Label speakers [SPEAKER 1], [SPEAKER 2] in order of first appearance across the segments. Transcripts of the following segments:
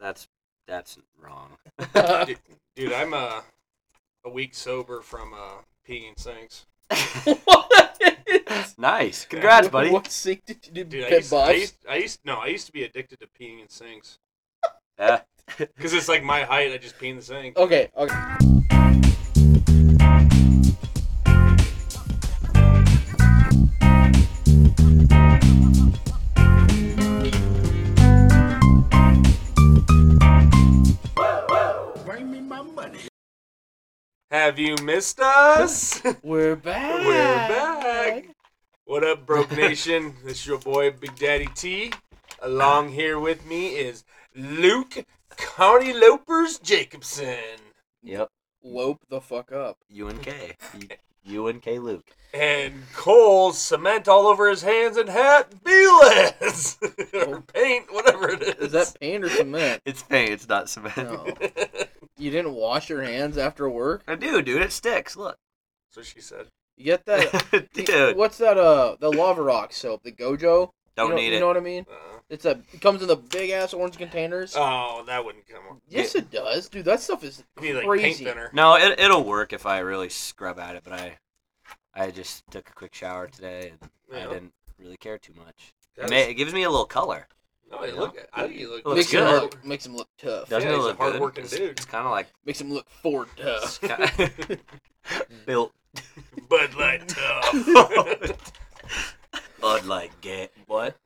[SPEAKER 1] That's that's wrong.
[SPEAKER 2] I
[SPEAKER 3] dude, dude, I'm uh, a week sober from uh, peeing sinks.
[SPEAKER 1] nice. Congrats, buddy.
[SPEAKER 2] What sink did you do?
[SPEAKER 3] Dude, I
[SPEAKER 2] pit
[SPEAKER 3] used, I
[SPEAKER 2] boss?
[SPEAKER 3] used, I used, no, I used to be addicted to peeing in sinks
[SPEAKER 1] Yeah.
[SPEAKER 3] because it's like my height. I just pee in the sink.
[SPEAKER 2] Okay, okay.
[SPEAKER 3] Have you missed us?
[SPEAKER 2] We're back.
[SPEAKER 3] We're back. What up, Broke Nation? this is your boy Big Daddy T. Along here with me is Luke County Lopers Jacobson
[SPEAKER 1] Yep.
[SPEAKER 2] Lope the fuck up.
[SPEAKER 1] UNK. UNK Luke.
[SPEAKER 3] and Cole Cement all over his hands and hat Beeles or paint, whatever it is.
[SPEAKER 2] Oh. Is that paint or cement?
[SPEAKER 1] It's paint. It's not cement.
[SPEAKER 2] No. You didn't wash your hands after work?
[SPEAKER 1] I do, dude. It sticks. Look,
[SPEAKER 3] That's what she said.
[SPEAKER 2] You get that?
[SPEAKER 1] dude.
[SPEAKER 2] What's that? Uh, the Lava Rock soap, the Gojo.
[SPEAKER 1] Don't
[SPEAKER 2] you know,
[SPEAKER 1] need
[SPEAKER 2] You
[SPEAKER 1] it.
[SPEAKER 2] know what I mean?
[SPEAKER 3] Uh,
[SPEAKER 2] It's a. It comes in the big ass orange containers.
[SPEAKER 3] oh, that wouldn't come up.
[SPEAKER 2] yes, it does, dude. That stuff is
[SPEAKER 3] You need like paint
[SPEAKER 2] Crazy.
[SPEAKER 3] thinner.
[SPEAKER 1] No, it it'll work if I really scrub at it. But I, I just took a quick shower today, and
[SPEAKER 3] Yeah.
[SPEAKER 1] I didn't really care too much. It,
[SPEAKER 3] That's-
[SPEAKER 1] may, it gives me a little color.
[SPEAKER 3] no, Oh, you look. I think you look.
[SPEAKER 1] Looks
[SPEAKER 2] makes
[SPEAKER 1] good.
[SPEAKER 2] him look makes him look tough.
[SPEAKER 1] Doesn't
[SPEAKER 3] Yeah,
[SPEAKER 1] it
[SPEAKER 3] he's a
[SPEAKER 1] look good?
[SPEAKER 3] hardworking
[SPEAKER 1] It's-
[SPEAKER 3] dude.
[SPEAKER 1] It's kind of like
[SPEAKER 2] Makes him look for
[SPEAKER 1] it's
[SPEAKER 2] tough.
[SPEAKER 1] ki- built
[SPEAKER 3] Bud Light tough.
[SPEAKER 1] Bud Light Gay. What?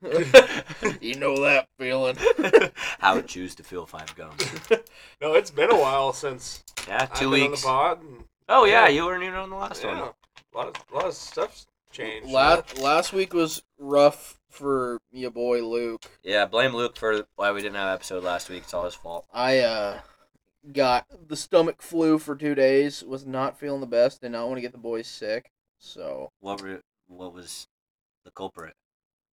[SPEAKER 2] you know that feeling.
[SPEAKER 1] How it choose to feel five gums?
[SPEAKER 3] no, it's been a while since
[SPEAKER 1] Yeah, 2
[SPEAKER 3] I've been on the
[SPEAKER 1] weeks.
[SPEAKER 3] pod. And,
[SPEAKER 1] Oh
[SPEAKER 3] Yeah.
[SPEAKER 1] yeah, you weren't even on the last
[SPEAKER 3] yeah,
[SPEAKER 1] one.
[SPEAKER 3] a lot of, a lot of stuff's changed.
[SPEAKER 2] Last last week was rough for your boy Luke.
[SPEAKER 1] Yeah, blame Luke for why we didn't have an episode last week. It's all his fault.
[SPEAKER 2] I uh got the stomach flu for two days. Was not feeling the best. Did not want to get the boys sick. So
[SPEAKER 1] What were, what was the culprit?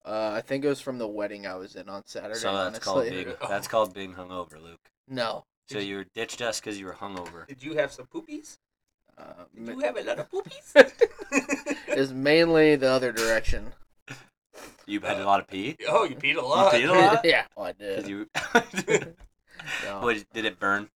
[SPEAKER 2] uh, I think it was from the wedding I was in on Saturday.
[SPEAKER 1] so that's called
[SPEAKER 2] honestly.
[SPEAKER 1] being that's called being hungover, Luke.
[SPEAKER 2] no.
[SPEAKER 1] So you were ditched us because you were hungover.
[SPEAKER 3] Did you have some poopies?
[SPEAKER 2] Uh, ma-
[SPEAKER 3] have a lot of poopies?
[SPEAKER 2] is mainly the other direction.
[SPEAKER 1] You had a lot of pee.
[SPEAKER 3] oh, you peed a lot.
[SPEAKER 1] You peed a lot?
[SPEAKER 2] yeah, oh, I
[SPEAKER 1] 'Cause
[SPEAKER 2] did.
[SPEAKER 1] You,
[SPEAKER 2] No.
[SPEAKER 1] what, did it burn?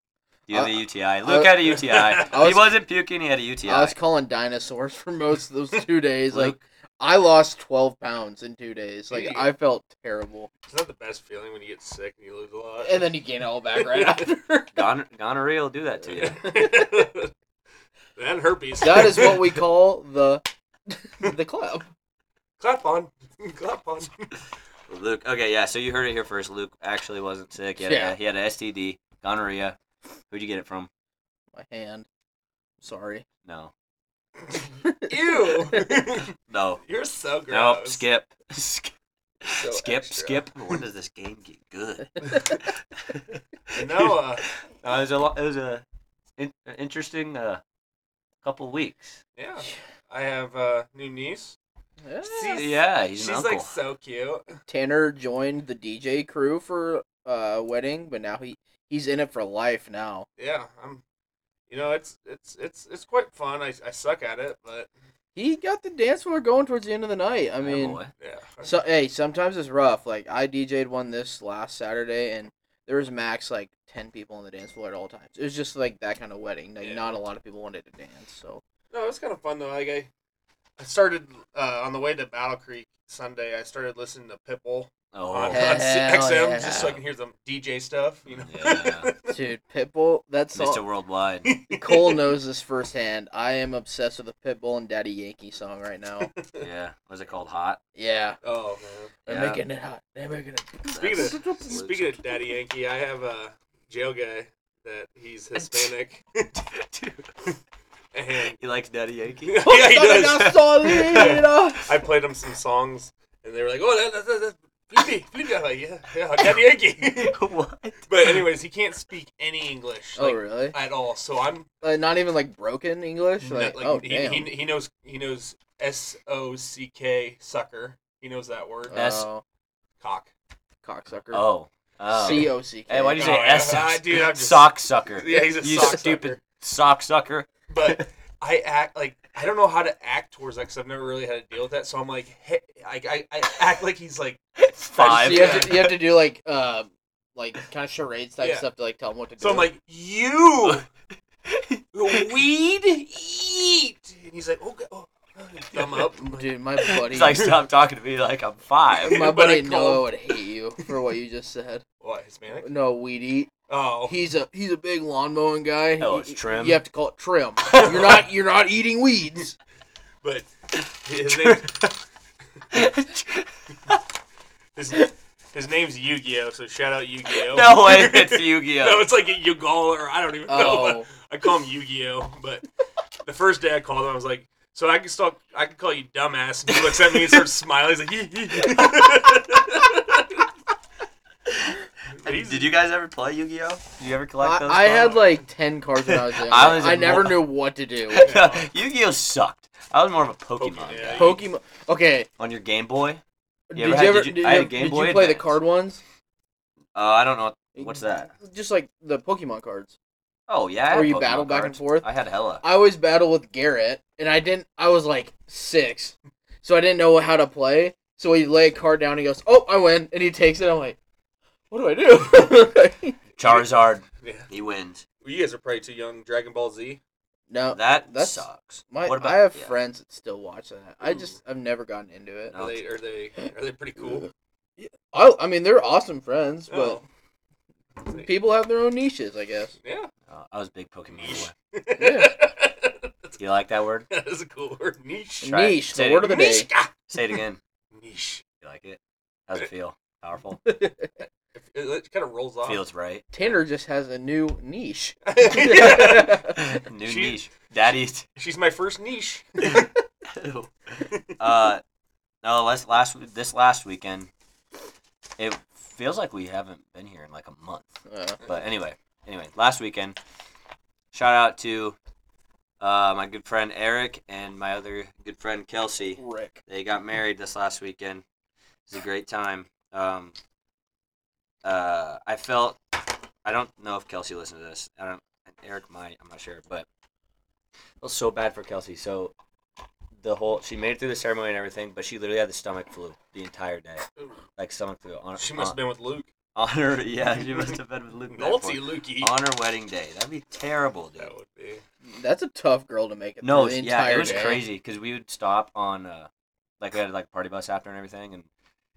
[SPEAKER 1] You had
[SPEAKER 2] Uh, I-
[SPEAKER 1] a UTI. Luke had a UTI.
[SPEAKER 2] I was-
[SPEAKER 1] he wasn't puking. He had a UTI.
[SPEAKER 2] I was calling dinosaurs for most of those two days. Like
[SPEAKER 1] Luke,
[SPEAKER 2] I lost twelve pounds in two days. Like
[SPEAKER 3] Yeah.
[SPEAKER 2] I felt terrible,
[SPEAKER 3] It's not the best feeling when you get sick and you lose a lot.
[SPEAKER 2] and then you gain it all back right after.
[SPEAKER 1] gon- gonorrhea will do that to you.
[SPEAKER 3] and herpes.
[SPEAKER 2] That is what we call the the club.
[SPEAKER 3] clap on. clap on.
[SPEAKER 1] Luke. Okay, yeah. So you heard it here first. Luke actually wasn't sick. He had,
[SPEAKER 2] Yeah.
[SPEAKER 1] a, he had an STD, gonorrhea. Who'd you get it from?
[SPEAKER 2] My hand. Sorry.
[SPEAKER 1] No,
[SPEAKER 3] Ew.
[SPEAKER 1] no,
[SPEAKER 3] You're so gross.
[SPEAKER 1] nope. Skip, skip,
[SPEAKER 3] So
[SPEAKER 1] skip,
[SPEAKER 3] extra.
[SPEAKER 1] skip. When does this game get good?
[SPEAKER 3] And now, uh,
[SPEAKER 1] No, it was a lo- it was a in- an interesting uh, couple weeks.
[SPEAKER 3] yeah, I have a new niece.
[SPEAKER 2] Yeah.
[SPEAKER 1] Yeah, he's
[SPEAKER 3] She's
[SPEAKER 1] an uncle.
[SPEAKER 3] like so cute.
[SPEAKER 2] Tanner joined the DJ crew for uh, a wedding, but now he he's in it for life now.
[SPEAKER 3] Yeah, I'm. You know, it's it's it's it's quite fun. I, I suck at it, but
[SPEAKER 2] He got the dance floor going towards the end of the night. I
[SPEAKER 1] Yeah,
[SPEAKER 2] mean,
[SPEAKER 1] boy.
[SPEAKER 3] yeah.
[SPEAKER 2] So hey, sometimes it's rough. Like I DJ'd one this last Saturday, and there was max like ten people on the dance floor at all times. It was just like that kind of wedding. Like
[SPEAKER 3] Yeah.
[SPEAKER 2] not a lot of people wanted to dance. So
[SPEAKER 3] No, it's kind of fun though. Like I, I started uh, on the way to Battle Creek Sunday. I started listening to Pitbull on,
[SPEAKER 1] oh,
[SPEAKER 3] on
[SPEAKER 2] Hell
[SPEAKER 3] XM
[SPEAKER 2] yeah.
[SPEAKER 3] just so I can hear some DJ stuff. You know.
[SPEAKER 1] yeah,
[SPEAKER 2] dude, Pitbull, that's
[SPEAKER 1] Mr.
[SPEAKER 2] all.
[SPEAKER 1] Worldwide.
[SPEAKER 2] Cole knows this firsthand. I am obsessed with the Pitbull and Daddy Yankee song right now.
[SPEAKER 1] Yeah, was it called Hot?
[SPEAKER 2] Yeah,
[SPEAKER 3] Oh man.
[SPEAKER 2] they're
[SPEAKER 1] Yeah.
[SPEAKER 2] making it hot. They're making it.
[SPEAKER 3] Speaking of-
[SPEAKER 1] That's-
[SPEAKER 3] Speaking of Daddy Yankee, I have a jail guy that he's Hispanic, and
[SPEAKER 1] he likes Daddy Yankee.
[SPEAKER 3] yeah, he does.
[SPEAKER 2] Solida.
[SPEAKER 3] I played him some songs, and they were like, "Oh, that, that, that, that Flippy, Flippy." I'm like, yeah, yeah, Daddy Yankee."
[SPEAKER 1] what?
[SPEAKER 3] but anyways, he can't speak any English
[SPEAKER 2] Oh
[SPEAKER 3] like,
[SPEAKER 2] really?
[SPEAKER 3] at all. So I'm
[SPEAKER 2] Like, not even like broken English.
[SPEAKER 3] like,
[SPEAKER 2] Like, oh
[SPEAKER 3] he,
[SPEAKER 2] damn.
[SPEAKER 3] he he knows he knows S O C K sucker. He knows that word.
[SPEAKER 1] Uh, S-
[SPEAKER 2] oh,
[SPEAKER 3] Cock.
[SPEAKER 2] cocksucker.
[SPEAKER 1] Oh, oh.
[SPEAKER 2] C O C K.
[SPEAKER 1] Hey, why do you say
[SPEAKER 3] Oh,
[SPEAKER 1] S?
[SPEAKER 3] yeah, dude, I'm just-
[SPEAKER 1] sock sucker.
[SPEAKER 3] Yeah, he's a
[SPEAKER 1] you
[SPEAKER 3] sock
[SPEAKER 1] stupid
[SPEAKER 3] sucker.
[SPEAKER 1] sock sucker.
[SPEAKER 3] but I act like I don't know how to act towards that because I've never really had to deal with that. So I'm like, hey, I, I, I act like he's like
[SPEAKER 1] Five.
[SPEAKER 2] So you, have to, you have to do like uh, like kind of charades type
[SPEAKER 3] Yeah.
[SPEAKER 2] stuff to like tell them what to do.
[SPEAKER 3] So I'm like, you weed eat, and he's like, okay, oh, thumb up. I'm like,
[SPEAKER 2] dude, my buddy,
[SPEAKER 1] It's like stop talking to me like I'm five.
[SPEAKER 2] my
[SPEAKER 3] But I
[SPEAKER 2] buddy Noah
[SPEAKER 3] called-
[SPEAKER 2] would hate you for what you just said.
[SPEAKER 3] What Hispanic?
[SPEAKER 2] No, weed eat.
[SPEAKER 3] Oh,
[SPEAKER 2] He's a he's a big lawn mowing guy.
[SPEAKER 1] Oh,
[SPEAKER 2] He-
[SPEAKER 1] it's trim.
[SPEAKER 2] You have to call it trim. You're not you're not eating weeds.
[SPEAKER 3] but his name, his, his name's Yu-Gi-Oh. So shout out Yu-Gi-Oh.
[SPEAKER 1] no way, it's Yu-Gi-Oh.
[SPEAKER 3] No, it's like a Yugal or I don't even know. but
[SPEAKER 2] Oh,
[SPEAKER 3] I call him Yu-Gi-Oh. But the first day I called him, I was like, "So I can still I can call you dumbass." And he looks at me and starts smiling. He's like, "Hee, hee, hee." But he's-
[SPEAKER 1] Did you guys ever play Yu-Gi-Oh? Did you ever collect those?
[SPEAKER 2] I, I had
[SPEAKER 1] cards?
[SPEAKER 2] like ten cards when I was young.
[SPEAKER 1] I
[SPEAKER 2] I,
[SPEAKER 1] was in
[SPEAKER 2] never
[SPEAKER 1] law-
[SPEAKER 2] knew what to do.
[SPEAKER 3] like-
[SPEAKER 1] Yu-Gi-Oh sucked. I was more of a Pokemon
[SPEAKER 3] Pokemon,
[SPEAKER 1] guy.
[SPEAKER 3] yeah.
[SPEAKER 2] Pokemon. Okay,
[SPEAKER 1] On your Game Boy? You ever
[SPEAKER 2] did you
[SPEAKER 1] had-
[SPEAKER 2] ever?
[SPEAKER 1] did you-
[SPEAKER 2] Did
[SPEAKER 1] I had a
[SPEAKER 2] you
[SPEAKER 1] Game
[SPEAKER 2] did
[SPEAKER 1] Boy
[SPEAKER 2] you play the
[SPEAKER 1] Advance.
[SPEAKER 2] card ones?
[SPEAKER 1] Uh, I don't know. What's that?
[SPEAKER 2] Just like the Pokemon cards.
[SPEAKER 1] Oh yeah. I had
[SPEAKER 2] Where you
[SPEAKER 1] Pokemon
[SPEAKER 2] battle back and
[SPEAKER 1] cards.
[SPEAKER 2] forth?
[SPEAKER 1] I had hella.
[SPEAKER 2] I always battled with Garrett, and I didn't. I was like six, so I didn't know how to play. So he lay a card down. He goes, "Oh, I win," and he takes it. I'm like, "What do I do?"
[SPEAKER 1] Charizard.
[SPEAKER 3] Yeah.
[SPEAKER 1] He wins.
[SPEAKER 3] Well, you guys are probably too young. Dragon Ball Z.
[SPEAKER 2] no,
[SPEAKER 1] That
[SPEAKER 2] that's-
[SPEAKER 1] sucks.
[SPEAKER 2] my
[SPEAKER 1] what about,
[SPEAKER 2] I have
[SPEAKER 1] yeah.
[SPEAKER 2] friends that still watch that. I just I've never gotten into it.
[SPEAKER 1] No.
[SPEAKER 3] Are they are they are they pretty cool?
[SPEAKER 2] I I mean they're awesome friends, but
[SPEAKER 3] Oh.
[SPEAKER 2] people have their own niches, I guess.
[SPEAKER 3] Yeah.
[SPEAKER 1] Uh, I was a big Pokemon
[SPEAKER 3] Niche.
[SPEAKER 1] boy.
[SPEAKER 3] That's-
[SPEAKER 1] Do you like that word?
[SPEAKER 3] that is a cool word. Niche.
[SPEAKER 1] Try it.
[SPEAKER 2] Niche,
[SPEAKER 1] Say
[SPEAKER 2] the
[SPEAKER 1] it.
[SPEAKER 2] word of the day.
[SPEAKER 3] Nishka.
[SPEAKER 1] Say it again.
[SPEAKER 3] Niche.
[SPEAKER 1] you like it? How's it feel? Powerful.
[SPEAKER 3] It, it kind of rolls off.
[SPEAKER 1] Feels right.
[SPEAKER 2] Tanner just has a new niche.
[SPEAKER 3] Yeah.
[SPEAKER 1] New
[SPEAKER 3] She-
[SPEAKER 1] niche. Daddy's.
[SPEAKER 3] She's my first niche.
[SPEAKER 1] uh, no. Last last this last weekend, it feels like we haven't been here in like a month.
[SPEAKER 2] Uh,
[SPEAKER 1] But anyway, anyway, last weekend, shout out to uh, my good friend Eric and my other good friend Kelsey.
[SPEAKER 2] Rick.
[SPEAKER 1] They got married this last weekend. It was a great time. Um, uh, I felt I don't know if Kelsey listened to this. I don't. Eric might. I'm not sure, but I felt so bad for Kelsey. So the whole she made it through the ceremony and everything, but she literally had the stomach flu the entire day, like stomach flu on
[SPEAKER 3] she must have
[SPEAKER 1] on,
[SPEAKER 3] been with Luke.
[SPEAKER 1] on her. Yeah, she must have been with Luke. at that point
[SPEAKER 3] Naughty Lukey.
[SPEAKER 1] on her wedding day. That'd be terrible, dude.
[SPEAKER 3] That would be.
[SPEAKER 2] That's a tough girl to make it.
[SPEAKER 1] No,
[SPEAKER 2] through the
[SPEAKER 1] yeah, it
[SPEAKER 2] entire
[SPEAKER 1] was
[SPEAKER 2] day.
[SPEAKER 1] crazy because we would stop on, uh, like, we had like a party bus after and everything, and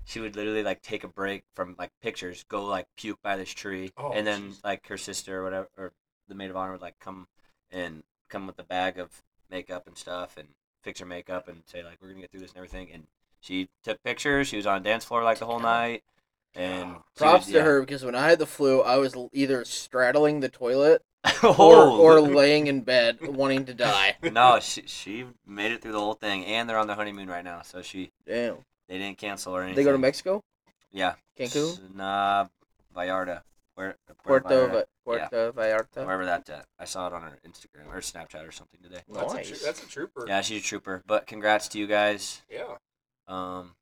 [SPEAKER 1] she would literally like take a break from like pictures, go like puke by this tree,
[SPEAKER 3] Oh,
[SPEAKER 1] and then
[SPEAKER 3] jeez.
[SPEAKER 1] like her sister or whatever, or the maid of honor would like come and come with a bag of makeup and stuff and fix her makeup and say like we're gonna get through this and everything, and she took pictures. She was on a dance floor like the whole night, and she was-
[SPEAKER 2] Props to
[SPEAKER 1] yeah.
[SPEAKER 2] her because when I had the flu, I was l- either straddling the toilet
[SPEAKER 1] Oh,
[SPEAKER 2] or, or laying in bed wanting to die.
[SPEAKER 1] no, she she made it through the whole thing, and they're on their honeymoon right now, so she
[SPEAKER 2] Damn.
[SPEAKER 1] they didn't cancel or anything.
[SPEAKER 2] They go to Mexico?
[SPEAKER 1] Yeah.
[SPEAKER 2] Cancun?
[SPEAKER 1] Nah, Vallarta. Where, where
[SPEAKER 2] Puerto,
[SPEAKER 1] Vallarta,
[SPEAKER 2] Va- Puerto Vallarta?
[SPEAKER 1] Wherever that's at. I saw it on her Instagram or Snapchat or something today.
[SPEAKER 3] That's, a,
[SPEAKER 2] Nice.
[SPEAKER 3] tro- that's a trooper.
[SPEAKER 1] Yeah, she's a trooper. But congrats to you guys.
[SPEAKER 3] Yeah.
[SPEAKER 1] Um,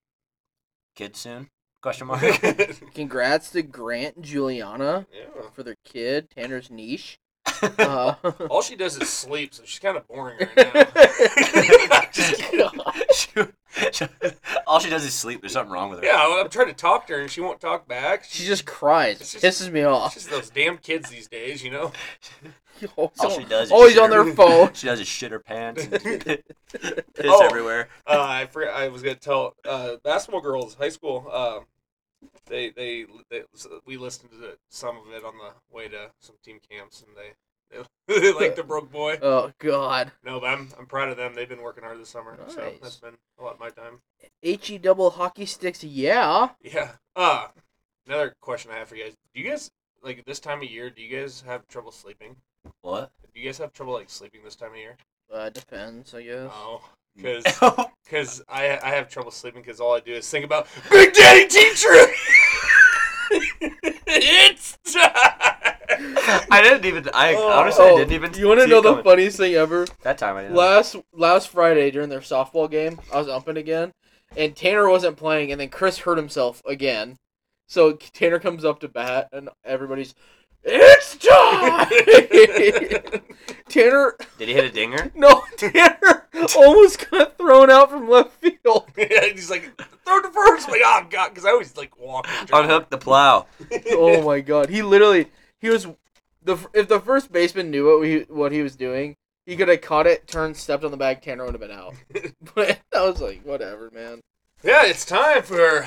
[SPEAKER 1] kids soon? Question mark.
[SPEAKER 2] Congrats to Grant and Juliana
[SPEAKER 3] yeah.
[SPEAKER 2] for their kid, Tanner's niche. Uh,
[SPEAKER 1] Oh,
[SPEAKER 3] All she does is sleep, so she's kind of boring right now. Just kidding.
[SPEAKER 1] All she does is sleep. There's something wrong with her.
[SPEAKER 3] yeah, well, I'm trying to talk to her, and she won't talk back.
[SPEAKER 2] she just cries.
[SPEAKER 3] It's just-
[SPEAKER 2] pisses me
[SPEAKER 3] It's
[SPEAKER 2] off.
[SPEAKER 3] just those damn kids these days, you know.
[SPEAKER 2] Always
[SPEAKER 1] All
[SPEAKER 2] on-
[SPEAKER 1] she does is
[SPEAKER 2] always
[SPEAKER 1] shit
[SPEAKER 2] Oh, on
[SPEAKER 1] her-
[SPEAKER 2] their phone.
[SPEAKER 1] She does is shit her pants and piss
[SPEAKER 3] Oh.
[SPEAKER 1] everywhere.
[SPEAKER 3] Uh, I forgot. I was gonna tell uh, basketball girls high school. Uh, they, they they we listened to some of it on the way to some team camps, and they they, they like the broke boy.
[SPEAKER 2] Oh, God.
[SPEAKER 3] No, but I'm I'm proud of them. They've been working hard this summer, so
[SPEAKER 2] Nice.
[SPEAKER 3] that's been a lot of my time.
[SPEAKER 2] HE E double hockey sticks, yeah.
[SPEAKER 3] Yeah. Uh another question I have for you guys: Do you guys like this time of year? Do you guys have trouble sleeping?
[SPEAKER 1] What?
[SPEAKER 3] Do you guys have trouble like sleeping this time of year?
[SPEAKER 2] Uh, depends, I guess.
[SPEAKER 3] Oh, because
[SPEAKER 1] Oh.
[SPEAKER 3] because I I have trouble sleeping because all I do is think about Big Daddy Teacher. it's time.
[SPEAKER 1] I didn't even. I
[SPEAKER 3] Oh.
[SPEAKER 1] honestly I
[SPEAKER 2] Oh,
[SPEAKER 1] didn't even.
[SPEAKER 2] You want to
[SPEAKER 1] see it
[SPEAKER 2] know the
[SPEAKER 1] coming.
[SPEAKER 2] funniest thing ever?
[SPEAKER 1] That time I didn't.
[SPEAKER 2] Last last Friday during their softball game, I was umping again, and Tanner wasn't playing, and then Chris hurt himself again. So Tanner comes up to bat, and everybody's, "It's time!" Tanner,
[SPEAKER 1] Did he hit a dinger?
[SPEAKER 2] no, Tanner, almost got thrown out from left field.
[SPEAKER 3] and he's like, throw to first. I'm like, oh god, because I always like walk. and drive.
[SPEAKER 1] Unhook the plow.
[SPEAKER 2] Oh my god, he literally he was the if the first baseman knew what he what he was doing, he could have caught it, turned, stepped on the bag, Tanner would have been out. But I was like, whatever, man.
[SPEAKER 3] Yeah, it's time for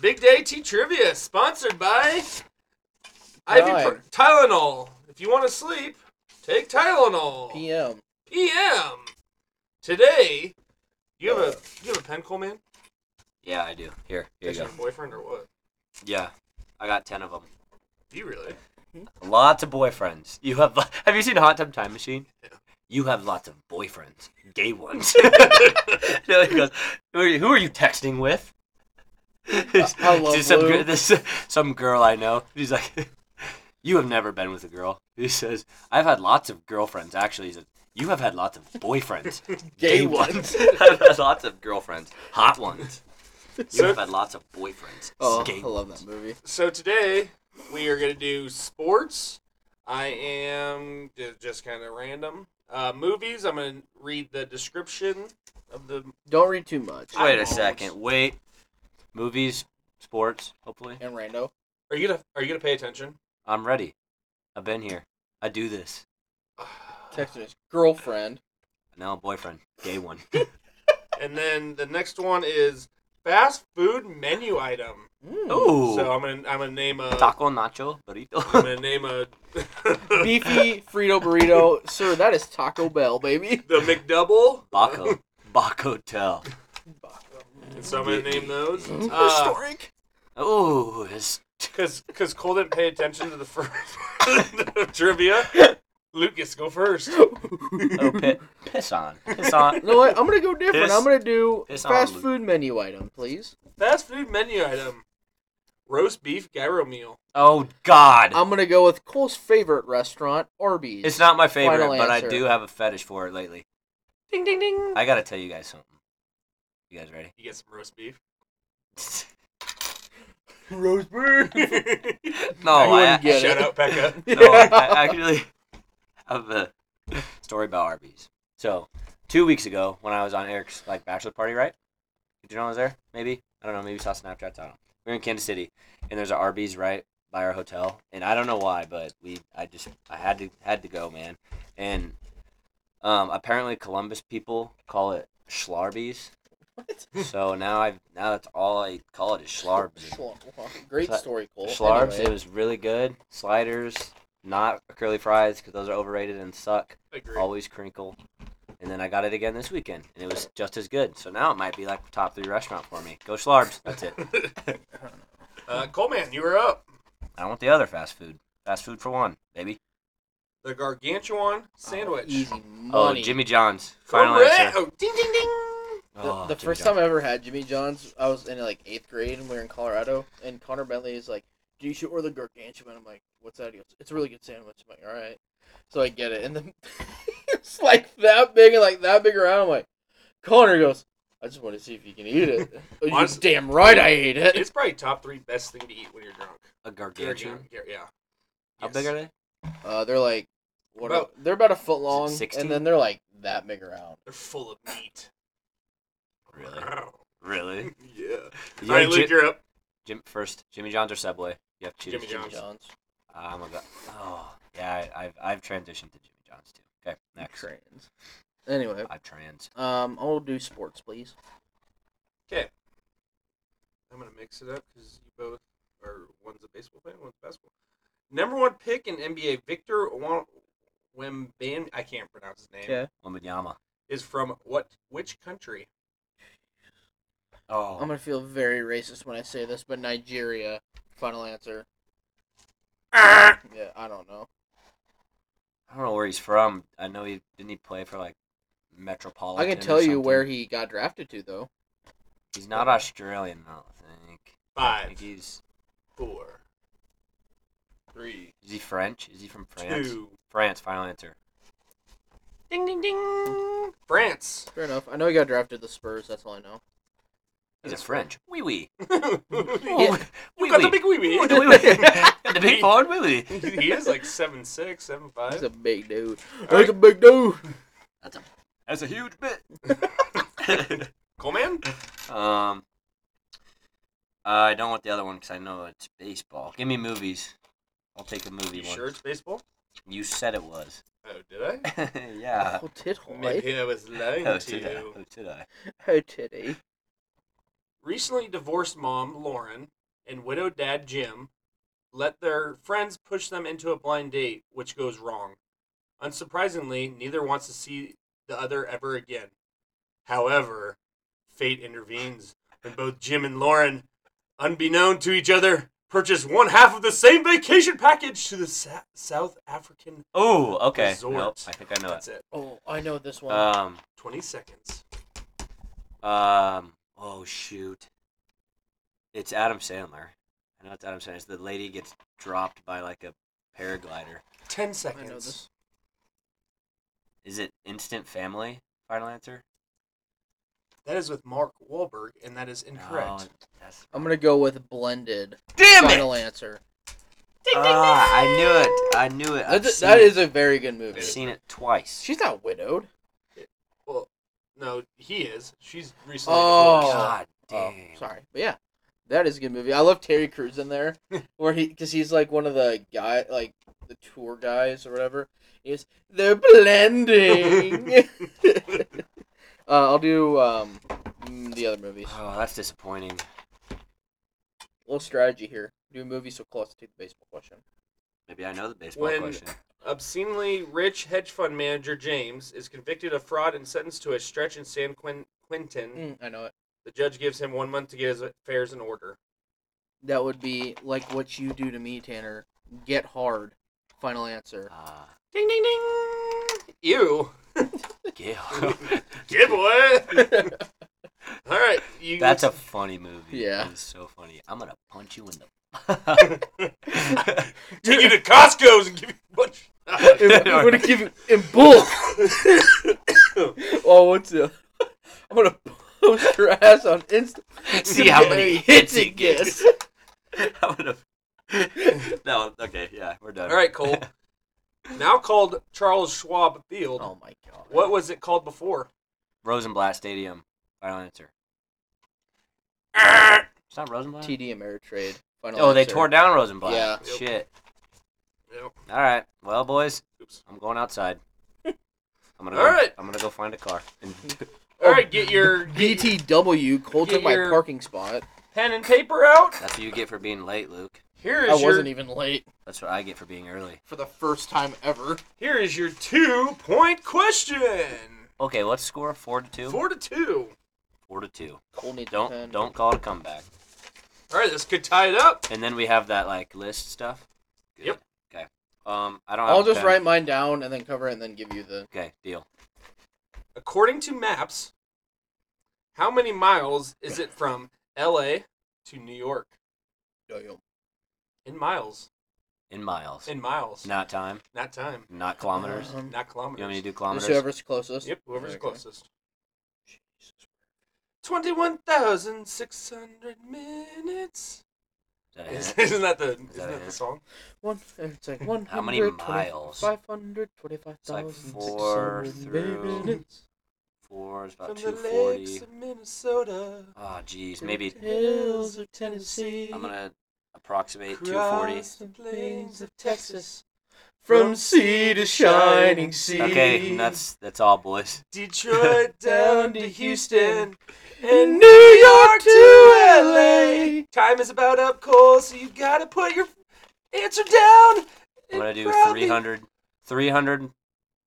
[SPEAKER 3] Big Day Tea Trivia, sponsored by Ivy Pro- Tylenol. If you want to sleep, take Tylenol.
[SPEAKER 2] PM.
[SPEAKER 3] PM. Today, you have a you have a pen, Coleman?
[SPEAKER 1] Yeah, I do. Here, here
[SPEAKER 3] Is
[SPEAKER 1] you go.
[SPEAKER 3] your boyfriend or what?
[SPEAKER 1] Yeah, I got ten of them.
[SPEAKER 3] You really?
[SPEAKER 1] Lots of boyfriends. You have. Have you seen Hot Tub Time Machine? You have lots of boyfriends, gay ones. Billy goes, who are, you, "Who are you texting with?"
[SPEAKER 2] I love
[SPEAKER 1] Just some,
[SPEAKER 2] Lou.
[SPEAKER 1] gir- this, some girl I know. He's like, "You have never been with a girl." He says, "I've had lots of girlfriends. Actually, he says, you have had lots of boyfriends,
[SPEAKER 2] Gay
[SPEAKER 1] gay ones. I've had lots of girlfriends, hot ones. You have
[SPEAKER 3] So,
[SPEAKER 1] had lots of boyfriends,
[SPEAKER 2] Oh,
[SPEAKER 1] gay
[SPEAKER 2] I love
[SPEAKER 1] ones."
[SPEAKER 2] that movie.
[SPEAKER 3] so today we are gonna do sports. I am ju- just kind of random. Uh, movies. I'm gonna read the description of the
[SPEAKER 2] Don't read too much.
[SPEAKER 1] Wait a
[SPEAKER 3] Eyeballs.
[SPEAKER 1] second. Wait. Movies, sports, hopefully.
[SPEAKER 2] And Rando.
[SPEAKER 3] Are you gonna Are you gonna pay attention?
[SPEAKER 1] I'm ready. I've been here. I do this.
[SPEAKER 2] Texted his girlfriend.
[SPEAKER 1] Now a boyfriend. Gay one.
[SPEAKER 3] And then the next one is fast food menu item.
[SPEAKER 2] Mm.
[SPEAKER 1] Ooh.
[SPEAKER 3] So I'm gonna I'm gonna name
[SPEAKER 2] uh,
[SPEAKER 3] a
[SPEAKER 1] Taco nacho
[SPEAKER 3] I'm
[SPEAKER 1] burrito.
[SPEAKER 3] gonna name a
[SPEAKER 2] Beefy Frito burrito, sir. That is Taco Bell, baby.
[SPEAKER 3] the McDouble.
[SPEAKER 1] Baco. Baco tell.
[SPEAKER 2] Uh.
[SPEAKER 3] And so I'm gonna name those. Uh,
[SPEAKER 2] Historic.
[SPEAKER 1] Ooh, it's
[SPEAKER 3] cause cause Cole didn't pay attention to the first trivia. Lucas, go first.
[SPEAKER 1] oh, pi- piss on. Piss on.
[SPEAKER 2] You know what? I'm gonna go different.
[SPEAKER 1] Piss-
[SPEAKER 2] I'm gonna do
[SPEAKER 1] piss on
[SPEAKER 2] fast
[SPEAKER 1] Luke.
[SPEAKER 2] food menu item, please.
[SPEAKER 3] Fast food menu item. Roast beef gyro meal.
[SPEAKER 1] Oh God.
[SPEAKER 2] I'm gonna go with Cole's favorite restaurant, Arby's.
[SPEAKER 1] it's not my favorite,
[SPEAKER 2] Final
[SPEAKER 1] but I
[SPEAKER 2] answer.
[SPEAKER 1] do have a fetish for it lately.
[SPEAKER 3] Ding ding ding.
[SPEAKER 1] I gotta tell you guys something. You guys ready?
[SPEAKER 3] You get some roast beef.
[SPEAKER 2] roast beef.
[SPEAKER 1] no,
[SPEAKER 2] You
[SPEAKER 1] I,
[SPEAKER 2] wouldn't get
[SPEAKER 3] Shout
[SPEAKER 2] it.
[SPEAKER 3] out Becca.
[SPEAKER 1] No, I actually have a story about Arby's. So, two weeks ago, when I was on Eric's like bachelor party, right? Did you know I was there? Maybe I don't know. Maybe you saw Snapchats. I don't know. We were in Kansas City, and there's an Arby's right by our hotel, and I don't know why, but we I just I had to had to go, man. And um, apparently Columbus people call it Schlarbies. So now I've now that's all I call it is Schlarbs.
[SPEAKER 2] Schlarb. Great
[SPEAKER 1] Schla-
[SPEAKER 2] story, Cole.
[SPEAKER 1] Schlarbs, it
[SPEAKER 2] Anyway,
[SPEAKER 1] was really good. Sliders, not curly fries because those are overrated and suck.
[SPEAKER 3] Agree.
[SPEAKER 1] Always crinkle. And then I got it again this weekend, and it was just as good. So now it might be like top three restaurant for me. Go Schlarbs. That's it.
[SPEAKER 3] Uh, Coleman, you were up.
[SPEAKER 1] I want the other fast food. Fast food for one, baby.
[SPEAKER 3] The gargantuan sandwich.
[SPEAKER 2] Easy money.
[SPEAKER 1] Oh, Jimmy John's. Final
[SPEAKER 3] Correct.
[SPEAKER 1] answer.
[SPEAKER 3] Oh, ding ding ding.
[SPEAKER 2] The,
[SPEAKER 1] Oh,
[SPEAKER 2] the
[SPEAKER 1] Jimmy
[SPEAKER 2] first
[SPEAKER 1] John's.
[SPEAKER 2] time I ever had Jimmy John's, I was in like eighth grade and we were in Colorado. And Connor Bentley is like, "Do you should order the gargantuan?" I'm like, "What's that?" He goes, "It's a really good sandwich." I'm like, "All right." So I get it, and then it's like that big and like that big around. I'm like, Connor goes, "I just want to see if you can eat it." oh, you
[SPEAKER 3] Honest-
[SPEAKER 2] damn right, I ate it.
[SPEAKER 3] It's probably top three best thing to eat when you're drunk.
[SPEAKER 1] a gargantuan.
[SPEAKER 3] Yeah. yeah.
[SPEAKER 1] How
[SPEAKER 3] Yes.
[SPEAKER 1] big are they?
[SPEAKER 2] Uh, they're like, what? are-
[SPEAKER 3] About-
[SPEAKER 2] they're about a foot long,
[SPEAKER 1] 16?
[SPEAKER 2] and then they're like that big around.
[SPEAKER 3] They're full of meat.
[SPEAKER 1] Really? Really?
[SPEAKER 3] yeah.
[SPEAKER 1] You
[SPEAKER 3] All right,
[SPEAKER 1] have
[SPEAKER 3] Luke,
[SPEAKER 1] Ji-
[SPEAKER 3] you're up.
[SPEAKER 1] Jim, first, Jimmy John's or Subway? You have to choose.
[SPEAKER 3] Jimmy John's.
[SPEAKER 2] John's.
[SPEAKER 1] Oh my god. Oh yeah, I, I've I've transitioned to Jimmy John's too. Okay, next.
[SPEAKER 2] Trans. Anyway,
[SPEAKER 1] I've trans.
[SPEAKER 2] um, I'll do sports, please.
[SPEAKER 3] I'm gonna mix it up because you both are one's a baseball fan, one's a basketball. Number one pick in NBA, Victor Wem- Wembanyama. I can't pronounce his name.
[SPEAKER 2] Okay.
[SPEAKER 1] Wembanyama.
[SPEAKER 3] Is from what? Which country?
[SPEAKER 1] Oh.
[SPEAKER 2] I'm gonna feel very racist when I say this, but Nigeria. Final answer.
[SPEAKER 3] Ah!
[SPEAKER 2] Yeah, I don't know.
[SPEAKER 1] I don't know where he's from. I know he didn't he play for like Metropolitan.
[SPEAKER 2] I can
[SPEAKER 1] or
[SPEAKER 2] tell you where
[SPEAKER 1] something?
[SPEAKER 2] he got drafted to, though.
[SPEAKER 1] He's not Australian, I don't think. I think
[SPEAKER 3] Five,
[SPEAKER 1] he's
[SPEAKER 3] four, three,
[SPEAKER 1] is he French? Is he from France?
[SPEAKER 3] two.
[SPEAKER 1] France. Final answer.
[SPEAKER 3] Ding ding ding. France.
[SPEAKER 2] Fair enough. I know he got drafted to the Spurs. That's all I know.
[SPEAKER 1] He's a
[SPEAKER 3] That's-
[SPEAKER 1] French. Wee wee.
[SPEAKER 3] you
[SPEAKER 1] Wee
[SPEAKER 3] got the
[SPEAKER 1] wee.
[SPEAKER 3] big wee wee.
[SPEAKER 1] The wee-wee. The big forward wee wee.
[SPEAKER 3] he is like seven six, seven five.
[SPEAKER 2] He's a big dude. He's
[SPEAKER 3] right.
[SPEAKER 2] a big dude.
[SPEAKER 1] That's a That's a huge bit.
[SPEAKER 3] Cool man.
[SPEAKER 1] um, I don't want the other one because I know it's baseball. Give me movies. I'll take a movie
[SPEAKER 3] You
[SPEAKER 1] one.
[SPEAKER 3] sure it's baseball?
[SPEAKER 1] You said it was.
[SPEAKER 3] Oh, did I?
[SPEAKER 1] yeah.
[SPEAKER 2] oh, tittle, right?
[SPEAKER 3] Maybe I was lying
[SPEAKER 1] Oh,
[SPEAKER 3] to
[SPEAKER 1] did I?
[SPEAKER 3] you.
[SPEAKER 1] Oh, did I?
[SPEAKER 2] Oh, titty.
[SPEAKER 3] recently divorced mom Lauren and widowed dad Jim let their friends push them into a blind date, which goes wrong. Unsurprisingly, neither wants to see the other ever again. However, fate intervenes when both Jim and Lauren, unbeknown to each other, purchase one half of the same vacation package to the Sa- South African.
[SPEAKER 1] Oh, okay.
[SPEAKER 3] Resort.
[SPEAKER 1] Nope, I think I know
[SPEAKER 3] That's
[SPEAKER 1] it.
[SPEAKER 3] it.
[SPEAKER 2] Oh, I know this one.
[SPEAKER 1] Um,
[SPEAKER 3] 20 seconds.
[SPEAKER 1] um. Oh shoot. It's Adam Sandler. I know it's Adam Sandler. It's the lady gets dropped by like a paraglider.
[SPEAKER 2] I
[SPEAKER 3] 10
[SPEAKER 2] know this.
[SPEAKER 3] seconds.
[SPEAKER 1] Is it Instant Family? Final answer.
[SPEAKER 3] That is with Mark Wahlberg, and that is
[SPEAKER 1] No,
[SPEAKER 3] incorrect.
[SPEAKER 1] that's...
[SPEAKER 2] I'm gonna go with blended.
[SPEAKER 1] Damn
[SPEAKER 2] Final answer.
[SPEAKER 1] Ah, I knew it. I knew it. I've
[SPEAKER 2] That's,
[SPEAKER 1] seen
[SPEAKER 2] that
[SPEAKER 1] it.
[SPEAKER 2] is a very good movie.
[SPEAKER 1] I've seen it twice.
[SPEAKER 2] She's not widowed.
[SPEAKER 3] Well, no, he is. She's recently
[SPEAKER 2] Oh.
[SPEAKER 3] divorced.
[SPEAKER 1] God dang.
[SPEAKER 2] Oh, sorry, but yeah, that is a good movie. I love Terry Crews in there, where he because he's like one of the guy, like the tour guys or whatever. Is they're blending. uh, I'll do um mm, the other movies.
[SPEAKER 1] Oh, that's disappointing.
[SPEAKER 2] little strategy here. Do a movie so close to the baseball question.
[SPEAKER 1] Maybe I know the baseball
[SPEAKER 3] When-
[SPEAKER 1] question.
[SPEAKER 3] Obscenely rich hedge fund manager James is convicted of fraud and sentenced to a stretch in San Quin- Quentin.
[SPEAKER 2] Mm, I know it.
[SPEAKER 3] The judge gives him one month to get his affairs in order.
[SPEAKER 2] That would be like what you do to me, Tanner. Get hard. Final answer.
[SPEAKER 1] Ah,
[SPEAKER 3] Ding, ding, ding! Ew.
[SPEAKER 1] Gil.
[SPEAKER 3] Yeah, boy! All right. You,
[SPEAKER 1] That's a funny movie.
[SPEAKER 2] Yeah.
[SPEAKER 1] That is so funny. I'm going to punch you in the.
[SPEAKER 3] Take you to Costco's and give you a bunch.
[SPEAKER 2] I'm gonna give you in bulk. oh, what's the? I'm gonna post your ass on Insta.
[SPEAKER 1] See how many hits it
[SPEAKER 2] gets.
[SPEAKER 1] I'm going to. No, okay, yeah, we're done.
[SPEAKER 3] All right, Cole. Now called Charles Schwab Field.
[SPEAKER 2] Oh my god.
[SPEAKER 3] What was it called before?
[SPEAKER 1] Rosenblatt Stadium. Final answer. It's not Rosenblatt?
[SPEAKER 2] TD Ameritrade? Final
[SPEAKER 1] oh, they
[SPEAKER 2] answer.
[SPEAKER 1] tore down Rosenblatt.
[SPEAKER 2] Yeah.
[SPEAKER 3] Yep.
[SPEAKER 1] Shit.
[SPEAKER 3] Yep.
[SPEAKER 1] All right. Well, boys,
[SPEAKER 3] Oops.
[SPEAKER 1] I'm going outside. I'm gonna.
[SPEAKER 3] All
[SPEAKER 1] go,
[SPEAKER 3] right.
[SPEAKER 1] I'm gonna go find a car. And
[SPEAKER 3] All right, get your
[SPEAKER 2] BTW. Cole
[SPEAKER 3] Get
[SPEAKER 2] took my
[SPEAKER 3] your-
[SPEAKER 2] parking spot.
[SPEAKER 3] pen and paper out.
[SPEAKER 1] that's what you get for being late, Luke.
[SPEAKER 3] Here
[SPEAKER 2] I
[SPEAKER 3] is
[SPEAKER 1] e-
[SPEAKER 3] your
[SPEAKER 2] wasn't even late
[SPEAKER 1] That's what I get for being early.
[SPEAKER 2] for the first time ever.
[SPEAKER 3] here is your two point question.
[SPEAKER 1] Okay, let's score four to two.
[SPEAKER 3] Four to two.
[SPEAKER 1] Four to two.
[SPEAKER 2] Cole needs a
[SPEAKER 1] Don't
[SPEAKER 2] pen.
[SPEAKER 1] don't call it a comeback.
[SPEAKER 3] All right, this could tie it up.
[SPEAKER 1] And then we have that like list stuff. Good.
[SPEAKER 3] Yep.
[SPEAKER 1] Okay. Um, I don't.
[SPEAKER 2] I'll
[SPEAKER 1] have a
[SPEAKER 2] just
[SPEAKER 1] pen.
[SPEAKER 2] write mine down and then cover it and then give you the.
[SPEAKER 1] Okay, deal.
[SPEAKER 3] According to maps, how many miles is it from L.A. to New York in miles?
[SPEAKER 1] In miles,
[SPEAKER 3] In miles,
[SPEAKER 1] not time,
[SPEAKER 3] not time,
[SPEAKER 1] not kilometers.
[SPEAKER 2] Um,
[SPEAKER 3] not
[SPEAKER 1] You want me
[SPEAKER 3] kilometers.
[SPEAKER 1] to do
[SPEAKER 2] Just
[SPEAKER 1] kilometers?
[SPEAKER 2] whoever's closest.
[SPEAKER 3] Yep, whoever's
[SPEAKER 2] Okay.
[SPEAKER 3] closest. Twenty-one thousand six hundred minutes.
[SPEAKER 1] Is that a
[SPEAKER 3] Is-
[SPEAKER 1] hint?
[SPEAKER 3] Isn't that the isn't
[SPEAKER 1] that
[SPEAKER 3] that
[SPEAKER 1] it?
[SPEAKER 3] the song?
[SPEAKER 2] One, it's like one.
[SPEAKER 1] How many miles?
[SPEAKER 2] Five hundred twenty-five
[SPEAKER 1] It's like
[SPEAKER 2] thousand.
[SPEAKER 1] four through- Four is about two forty.
[SPEAKER 3] of Minnesota.
[SPEAKER 1] Oh, geez, maybe
[SPEAKER 2] hills of Tennessee.
[SPEAKER 1] I'm gonna approximate 240.
[SPEAKER 3] the
[SPEAKER 2] plains of Texas. From sea to shining sea.
[SPEAKER 1] Okay, and that's that's all, boys.
[SPEAKER 3] Detroit
[SPEAKER 2] down to Houston,
[SPEAKER 3] and New York to LA. Time is about up, Cole, so you gotta put your answer down.
[SPEAKER 1] I'm gonna do
[SPEAKER 3] Proudly-
[SPEAKER 1] 300, 300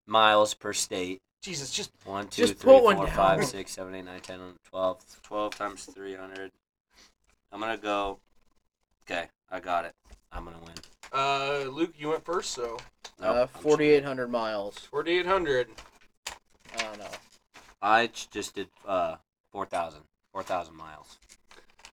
[SPEAKER 1] miles per state.
[SPEAKER 3] Jesus, just
[SPEAKER 1] One, two,
[SPEAKER 2] Just
[SPEAKER 1] three,
[SPEAKER 2] put one
[SPEAKER 1] four,
[SPEAKER 2] down.
[SPEAKER 1] five, six, seven, eight, nine, 10, 11, 12. 12 times 300. I'm gonna go. Okay, I got it. I'm gonna win.
[SPEAKER 3] uh, Luke, you went first, so
[SPEAKER 1] Nope,
[SPEAKER 2] Uh,
[SPEAKER 1] I'm cheating.
[SPEAKER 2] 4,800 miles.
[SPEAKER 3] forty-eight hundred.
[SPEAKER 2] I don't know.
[SPEAKER 1] I j- just did uh 4,000. 4,000 miles.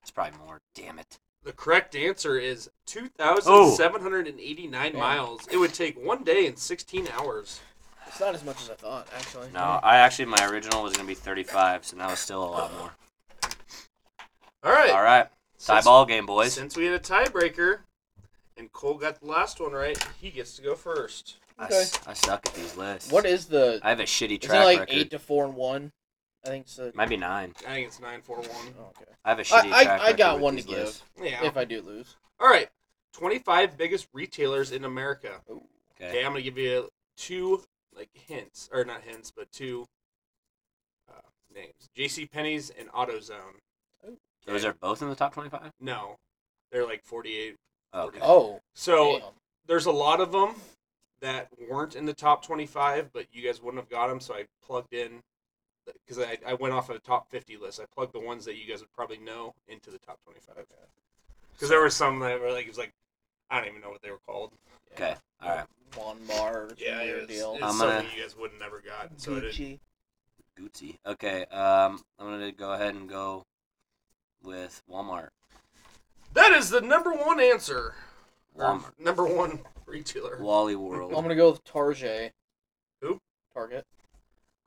[SPEAKER 1] It's probably more. Damn it.
[SPEAKER 3] The correct answer is two thousand seven hundred and eighty-nine
[SPEAKER 1] Oh.
[SPEAKER 2] Damn.
[SPEAKER 3] miles. It would take one day and sixteen hours.
[SPEAKER 2] It's not as much as I thought, actually.
[SPEAKER 1] No, I actually my original was gonna be 35, so now it's still a lot more.
[SPEAKER 3] All right,
[SPEAKER 1] All right, tie
[SPEAKER 3] Since-
[SPEAKER 1] ball game, boys.
[SPEAKER 3] Since we had a tiebreaker, and Cole got the last one right. He gets to go first.
[SPEAKER 1] I
[SPEAKER 2] Okay.
[SPEAKER 1] s- I, suck at these lists.
[SPEAKER 2] What is the?
[SPEAKER 1] I have a shitty
[SPEAKER 2] Isn't it
[SPEAKER 1] track
[SPEAKER 2] like
[SPEAKER 1] record.
[SPEAKER 2] eight to four and one? I think so.
[SPEAKER 1] Might be nine.
[SPEAKER 3] I think it's nine four one.
[SPEAKER 2] Oh, okay.
[SPEAKER 1] I have a shitty
[SPEAKER 2] I,
[SPEAKER 1] track
[SPEAKER 2] I, I
[SPEAKER 1] record
[SPEAKER 2] got
[SPEAKER 1] with
[SPEAKER 2] one to
[SPEAKER 1] these
[SPEAKER 2] give
[SPEAKER 1] lists.
[SPEAKER 3] Yeah.
[SPEAKER 2] if I do lose.
[SPEAKER 3] All right. Twenty five biggest retailers in America.
[SPEAKER 1] Okay.
[SPEAKER 3] Okay, I'm gonna give you two like hints or not hints, but two uh, names: J.C. Penney's and AutoZone.
[SPEAKER 1] Those are both in the top twenty-five.
[SPEAKER 3] No, they're like 48.
[SPEAKER 1] Okay.
[SPEAKER 2] Oh,
[SPEAKER 3] So
[SPEAKER 2] damn.
[SPEAKER 3] there's a lot of them that weren't in the top 25, but you guys wouldn't have got them. So I plugged in because I, I went off of the top 50 list. I plugged the ones that you guys would probably know into the top 25. Because there were some that were like it was like I don't even know what they were called.
[SPEAKER 1] Okay. All right.
[SPEAKER 2] One bar. Yeah,
[SPEAKER 3] it was-
[SPEAKER 2] deal.
[SPEAKER 3] it's
[SPEAKER 1] I'm
[SPEAKER 3] something
[SPEAKER 1] gonna-
[SPEAKER 3] you guys would never got. So I didn't-
[SPEAKER 2] Gucci.
[SPEAKER 1] Gucci. Okay. Um, I'm gonna go ahead and go with Walmart.
[SPEAKER 3] that is the number one answer. Or
[SPEAKER 1] Walmart.
[SPEAKER 3] Number one retailer.
[SPEAKER 1] Wally
[SPEAKER 2] I'm
[SPEAKER 1] World.
[SPEAKER 2] gonna go with Target.
[SPEAKER 3] Who?
[SPEAKER 2] Target.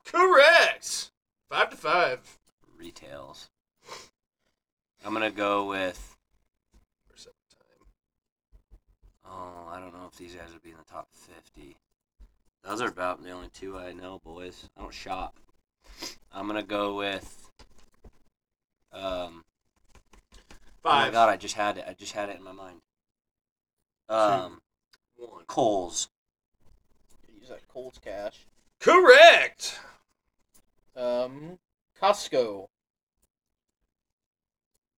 [SPEAKER 3] Correct. Five to five.
[SPEAKER 1] Retails. I'm gonna go with.
[SPEAKER 3] Or seven time.
[SPEAKER 1] Oh, I don't know if these guys would be in the top fifty. Those are about the only two I know, boys. I don't shop. I'm gonna go with. Um. Oh my
[SPEAKER 3] Five.
[SPEAKER 1] god! I just had it. I just had it in my mind. Um.
[SPEAKER 3] One.
[SPEAKER 1] Coles.
[SPEAKER 2] Use that Cole's cash.
[SPEAKER 3] Correct.
[SPEAKER 2] Um, Costco.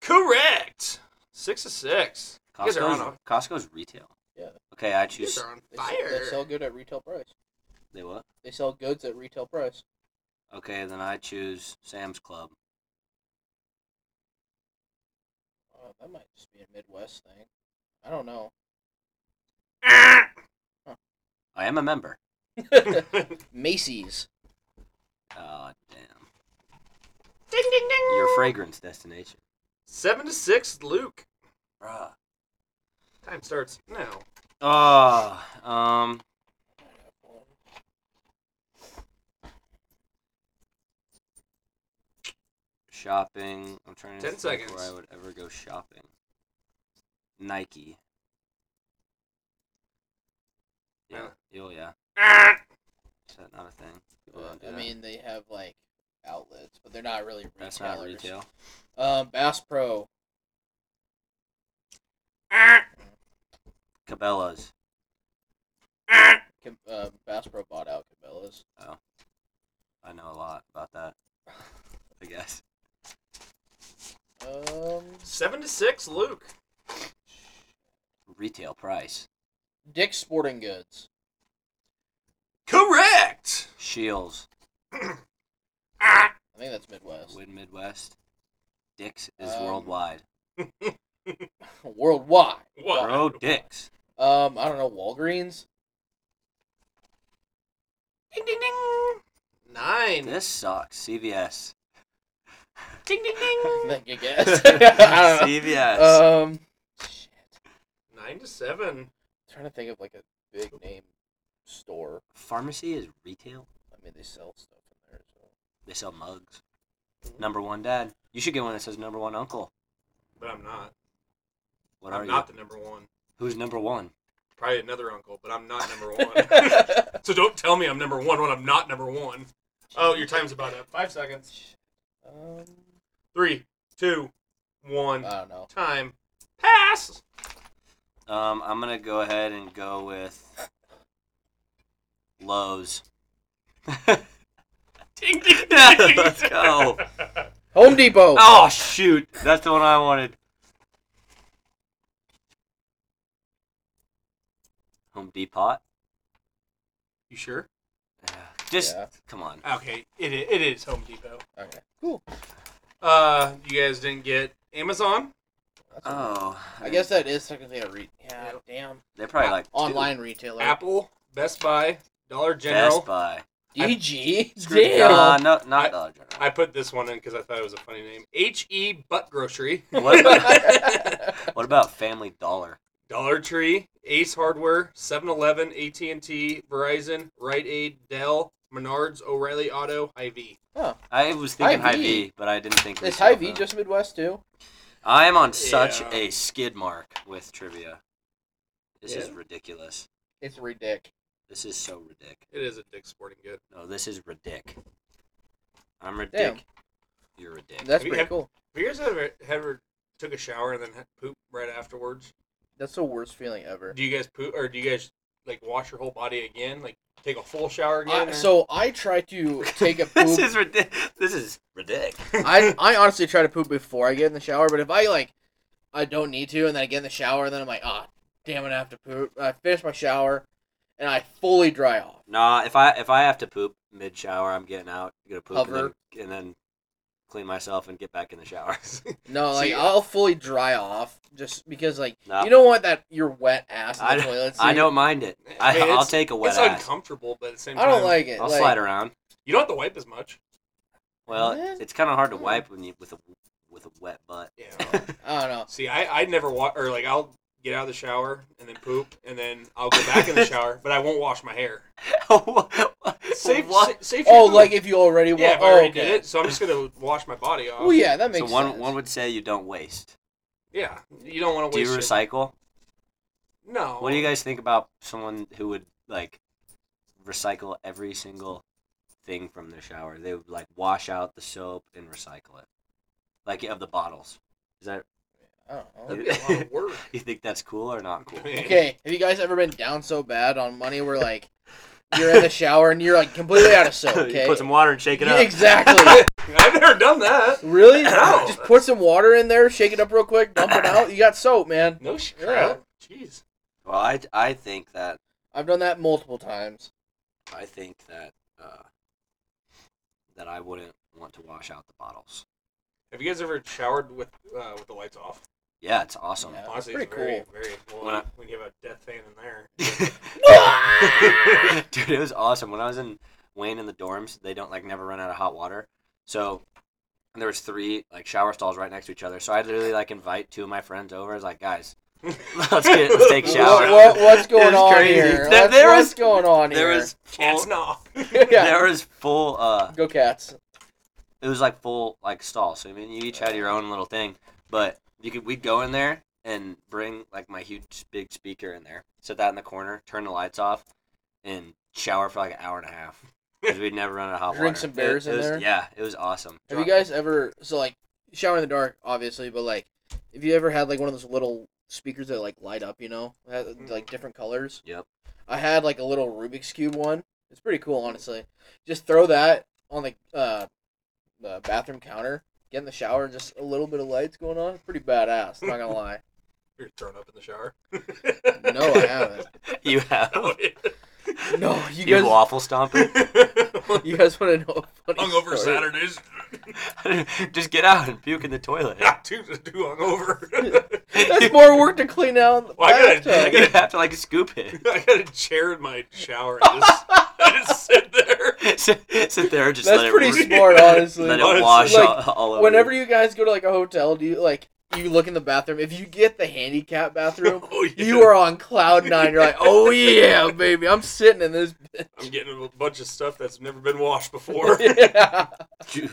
[SPEAKER 3] Correct. Six to six. You guys are on
[SPEAKER 1] Costco's, Costco's retail.
[SPEAKER 2] Yeah.
[SPEAKER 1] Okay, I
[SPEAKER 3] You guys
[SPEAKER 1] choose.
[SPEAKER 3] are on
[SPEAKER 2] They sell,
[SPEAKER 3] fire.
[SPEAKER 2] they sell good at retail price.
[SPEAKER 1] They what?
[SPEAKER 2] They sell goods at retail price.
[SPEAKER 1] Okay, then I choose Sam's Club.
[SPEAKER 2] Uh, that might just be a Midwest thing. I don't know.
[SPEAKER 3] Ah!
[SPEAKER 1] I am a member.
[SPEAKER 3] ding
[SPEAKER 2] Macy's.
[SPEAKER 1] Oh damn!
[SPEAKER 3] ding ding.
[SPEAKER 1] Your fragrance destination,
[SPEAKER 3] Seven to six. Luke.
[SPEAKER 1] bruh.
[SPEAKER 3] Time starts now.
[SPEAKER 1] Oh, um, shopping. I'm trying to
[SPEAKER 3] Ten
[SPEAKER 1] think
[SPEAKER 3] seconds.
[SPEAKER 1] where I would ever go shopping. Nike. Yeah. Oh yeah.
[SPEAKER 3] Ah!
[SPEAKER 1] Is that not a thing? People
[SPEAKER 2] Uh,
[SPEAKER 1] don't do
[SPEAKER 2] I
[SPEAKER 1] that?
[SPEAKER 2] mean, they have like outlets, but they're not really retailers.
[SPEAKER 1] that's not retail.
[SPEAKER 2] Um, Bass Pro.
[SPEAKER 3] Ah!
[SPEAKER 1] Cabela's.
[SPEAKER 3] Ah!
[SPEAKER 2] Cab- Uh, Bass Pro bought out Cabela's.
[SPEAKER 1] I know a lot about that. I guess.
[SPEAKER 2] Um,
[SPEAKER 3] Seven to six. Luke.
[SPEAKER 1] Retail price.
[SPEAKER 2] Dick's Sporting Goods.
[SPEAKER 3] Correct.
[SPEAKER 1] Shields.
[SPEAKER 3] Ah!
[SPEAKER 2] I think that's Midwest.
[SPEAKER 1] Win Midwest. Dix is
[SPEAKER 2] Um,
[SPEAKER 1] worldwide.
[SPEAKER 2] Worldwide.
[SPEAKER 3] What?
[SPEAKER 1] Bro, Dix.
[SPEAKER 2] Um, I don't know. Walgreens.
[SPEAKER 3] Ding ding ding. Nine.
[SPEAKER 1] This sucks. CVS.
[SPEAKER 3] Ding ding ding.
[SPEAKER 2] I guess. I don't know.
[SPEAKER 1] CVS.
[SPEAKER 2] Um, shit.
[SPEAKER 3] Nine to seven.
[SPEAKER 2] trying to think of like a big name store.
[SPEAKER 1] Pharmacy is retail.
[SPEAKER 2] I mean, they sell stuff in there. So.
[SPEAKER 1] They sell mugs. Number one dad. You should get one that says number one uncle.
[SPEAKER 3] But I'm not.
[SPEAKER 1] What
[SPEAKER 3] I'm
[SPEAKER 1] are
[SPEAKER 3] not
[SPEAKER 1] you?
[SPEAKER 3] the number one.
[SPEAKER 1] Who's number one?
[SPEAKER 3] Probably another uncle, but I'm not number one. so don't tell me I'm number one when I'm not number one. Oh, your time's about up. Five seconds.
[SPEAKER 2] Um,
[SPEAKER 3] Three, two, one.
[SPEAKER 1] Uh.
[SPEAKER 2] I don't know.
[SPEAKER 3] Time. Pass.
[SPEAKER 1] Um, I'm gonna go ahead and go with Lowe's.
[SPEAKER 3] Ding ding
[SPEAKER 1] Yeah, let's go.
[SPEAKER 2] Home Depot.
[SPEAKER 1] Oh shoot, that's the one I wanted. Home Depot.
[SPEAKER 3] You sure?
[SPEAKER 1] Yeah. Just
[SPEAKER 2] Yeah.
[SPEAKER 1] come on.
[SPEAKER 3] Okay. It i- it is Home Depot.
[SPEAKER 2] Okay. Cool.
[SPEAKER 3] Uh, you guys didn't get Amazon.
[SPEAKER 2] That's a-
[SPEAKER 1] Oh,
[SPEAKER 2] I guess that is technically a re. Yeah.
[SPEAKER 3] Yep.
[SPEAKER 2] Damn.
[SPEAKER 1] they're probably like two.
[SPEAKER 2] Uh, Online retailer.
[SPEAKER 3] Apple, Best Buy, Dollar General.
[SPEAKER 1] Best Buy.
[SPEAKER 2] DG.
[SPEAKER 3] Screw
[SPEAKER 2] Damn.
[SPEAKER 1] Uh, no, not
[SPEAKER 3] I-
[SPEAKER 1] Dollar General.
[SPEAKER 3] I put this one in because I thought it was a funny name. H E Butt Grocery,
[SPEAKER 1] What about, what about Family Dollar?
[SPEAKER 3] Dollar Tree, Ace Hardware, 7-Eleven, AT and T, Verizon, Rite Aid, Dell, Menards, O'Reilly Auto, Hy-Vee.
[SPEAKER 1] I was thinking
[SPEAKER 2] Hy-Vee.
[SPEAKER 1] High V, but I didn't think
[SPEAKER 2] Is
[SPEAKER 1] retail
[SPEAKER 2] High V
[SPEAKER 1] food.
[SPEAKER 2] just Midwest too?
[SPEAKER 1] I am on such
[SPEAKER 3] Yeah.
[SPEAKER 1] a skid mark with trivia. This is
[SPEAKER 3] Yeah.
[SPEAKER 1] ridiculous.
[SPEAKER 2] It's ridic.
[SPEAKER 1] This is so ridic.
[SPEAKER 3] It is a dick sporting good.
[SPEAKER 1] No, this is ridic. I'm ridic.
[SPEAKER 2] Damn.
[SPEAKER 1] You're a dick.
[SPEAKER 2] That's
[SPEAKER 3] Have you
[SPEAKER 2] pretty
[SPEAKER 3] had-
[SPEAKER 2] cool.
[SPEAKER 3] Have you guys ever, ever took a shower and then had poop right afterwards?
[SPEAKER 2] That's the worst feeling ever.
[SPEAKER 3] Do you guys poop or do you guys like wash your whole body again? Like take a full shower
[SPEAKER 2] I-
[SPEAKER 3] again? or-
[SPEAKER 2] Uh, so I try to take a
[SPEAKER 1] this
[SPEAKER 2] poop.
[SPEAKER 1] is ridic. This is ridic.
[SPEAKER 2] I I honestly try to poop before I get in the shower, but if I like, I don't need to, and then I get in the shower, and then I'm like, ah, damn it, I have to poop. I finish my shower, and I fully dry off.
[SPEAKER 1] Nah, if I if I have to poop mid shower, I'm getting out, gonna poop, and
[SPEAKER 2] Hover.
[SPEAKER 1] then, and then clean myself and get back in the shower.
[SPEAKER 2] No, like
[SPEAKER 3] See,
[SPEAKER 2] I'll fully dry off just because like
[SPEAKER 1] Nah.
[SPEAKER 2] you don't want that your wet ass in
[SPEAKER 1] I
[SPEAKER 2] the
[SPEAKER 1] don't-
[SPEAKER 2] toilet seat.
[SPEAKER 1] I don't mind it.
[SPEAKER 3] Yeah,
[SPEAKER 1] I,
[SPEAKER 3] I mean,
[SPEAKER 1] I'll
[SPEAKER 3] it's-
[SPEAKER 1] take a wet
[SPEAKER 3] it's
[SPEAKER 1] ass.
[SPEAKER 3] uncomfortable, but at the same
[SPEAKER 2] I
[SPEAKER 3] time,
[SPEAKER 2] don't like it.
[SPEAKER 1] I'll
[SPEAKER 2] like,
[SPEAKER 1] slide around.
[SPEAKER 3] you don't have to wipe as much.
[SPEAKER 1] Well,
[SPEAKER 2] What?
[SPEAKER 1] it's kind of hard to
[SPEAKER 2] Mm.
[SPEAKER 1] wipe when you with a with a wet butt.
[SPEAKER 3] Yeah.
[SPEAKER 2] I don't know.
[SPEAKER 3] See, I I never wash or like I'll get out of the shower and then poop and then I'll go back in the shower, but I won't wash my hair. Safe,
[SPEAKER 1] What?
[SPEAKER 3] sa- safe.
[SPEAKER 2] Oh,
[SPEAKER 3] food.
[SPEAKER 2] like if you already wa-
[SPEAKER 3] yeah, if I
[SPEAKER 2] oh,
[SPEAKER 3] already
[SPEAKER 2] okay.
[SPEAKER 3] did it, so I'm just gonna wash my body off.
[SPEAKER 2] Well, yeah, that
[SPEAKER 1] So
[SPEAKER 2] makes
[SPEAKER 1] one
[SPEAKER 2] sense.
[SPEAKER 1] one would say you don't waste.
[SPEAKER 3] Yeah, you don't want to
[SPEAKER 1] Do you
[SPEAKER 3] waste. your-
[SPEAKER 1] recycle?
[SPEAKER 3] No.
[SPEAKER 1] What do
[SPEAKER 2] Oh.
[SPEAKER 1] you guys think about someone who would like recycle every single thing from their shower? They would like wash out the soap and recycle it, like of the bottles. Is that
[SPEAKER 2] I don't know.
[SPEAKER 3] That'd be a lot of work.
[SPEAKER 1] you think that's cool or not cool?
[SPEAKER 3] Man.
[SPEAKER 2] Okay, have you guys ever been down so bad on money where like you're in the shower and you're like completely out of soap? Okay,
[SPEAKER 1] you put some water and shake it
[SPEAKER 2] You-
[SPEAKER 1] up.
[SPEAKER 2] exactly.
[SPEAKER 3] I've never done that.
[SPEAKER 2] really?
[SPEAKER 3] No.
[SPEAKER 2] Just put some water in there, shake it up real quick, dump it out. You got soap, man.
[SPEAKER 3] No shit.
[SPEAKER 2] Yeah.
[SPEAKER 3] Jeez.
[SPEAKER 1] Well, I I think that
[SPEAKER 2] I've done that multiple times.
[SPEAKER 1] I think that uh, that I wouldn't want to wash out the bottles.
[SPEAKER 3] Have you guys ever showered with uh, with the lights off?
[SPEAKER 1] Yeah, it's awesome.
[SPEAKER 2] Yeah.
[SPEAKER 3] Honestly,
[SPEAKER 2] pretty
[SPEAKER 3] it's very,
[SPEAKER 2] cool.
[SPEAKER 3] very cool.
[SPEAKER 1] When I-
[SPEAKER 3] when you have a death fan in there.
[SPEAKER 1] Dude, it was awesome. When I was in Wayne in the dorms, they don't like never run out of hot water. So and there was three like shower stalls right next to each other. So I literally like invite two of my friends over. I was like, guys, let's get let's take a
[SPEAKER 2] What,
[SPEAKER 1] shower.
[SPEAKER 2] what- what's going
[SPEAKER 1] It's
[SPEAKER 2] on
[SPEAKER 1] crazy. There-
[SPEAKER 2] here? what's,
[SPEAKER 1] there
[SPEAKER 2] what's
[SPEAKER 1] is-
[SPEAKER 2] going on
[SPEAKER 1] There
[SPEAKER 2] here?
[SPEAKER 1] was
[SPEAKER 3] Cats
[SPEAKER 1] full,
[SPEAKER 3] no.
[SPEAKER 2] yeah.
[SPEAKER 1] there was full uh
[SPEAKER 2] Go cats.
[SPEAKER 1] it was like full like stall. So I mean, you each had your own little thing, but you could we'd go in there and bring like my huge big speaker in there, sit that in the corner, turn the lights off, and shower for like an hour and a half because we'd never run out of hot
[SPEAKER 2] Drink
[SPEAKER 1] water.
[SPEAKER 2] some beers
[SPEAKER 1] It- it
[SPEAKER 2] in
[SPEAKER 1] was-
[SPEAKER 2] there?
[SPEAKER 1] Yeah, it was awesome.
[SPEAKER 2] Have you guys ever so like shower in the dark, obviously, but like if you ever had like one of those little speakers that like light up, you know, had,
[SPEAKER 3] Mm-hmm.
[SPEAKER 2] like different colors.
[SPEAKER 1] Yep.
[SPEAKER 2] I had like a little Rubik's cube one. It's pretty cool, honestly. Just throw that on the uh, the bathroom counter, get in the shower, just a little bit of lights going on. It's pretty badass. Not gonna lie.
[SPEAKER 3] You're thrown up in the shower.
[SPEAKER 2] No, I haven't.
[SPEAKER 1] You have
[SPEAKER 2] No, you
[SPEAKER 1] you
[SPEAKER 2] guys.
[SPEAKER 1] waffle stomping.
[SPEAKER 2] You guys want to know a funny
[SPEAKER 3] hungover
[SPEAKER 2] story?
[SPEAKER 3] Saturdays.
[SPEAKER 1] Just get out and puke in the toilet.
[SPEAKER 3] Not too, too hungover.
[SPEAKER 2] That's more work to clean out.
[SPEAKER 3] Well, I gotta-
[SPEAKER 2] bathtub.
[SPEAKER 1] you have to like scoop it.
[SPEAKER 3] I got a chair in my shower and just, I just sit there.
[SPEAKER 1] sit, sit there and just
[SPEAKER 2] That's
[SPEAKER 1] let it
[SPEAKER 2] pretty
[SPEAKER 1] re-
[SPEAKER 2] smart, honestly.
[SPEAKER 1] let
[SPEAKER 3] Honestly,
[SPEAKER 1] it wash
[SPEAKER 2] like,
[SPEAKER 1] all, all over.
[SPEAKER 2] Whenever
[SPEAKER 1] you.
[SPEAKER 2] you guys go to like a hotel, do you like you look in the bathroom? If you get the handicap bathroom,
[SPEAKER 3] Oh, yeah.
[SPEAKER 2] you are on cloud nine. You're like, oh yeah, baby, I'm sitting in this.
[SPEAKER 3] I'm getting a bunch of stuff that's never been washed before.
[SPEAKER 2] yeah.
[SPEAKER 1] do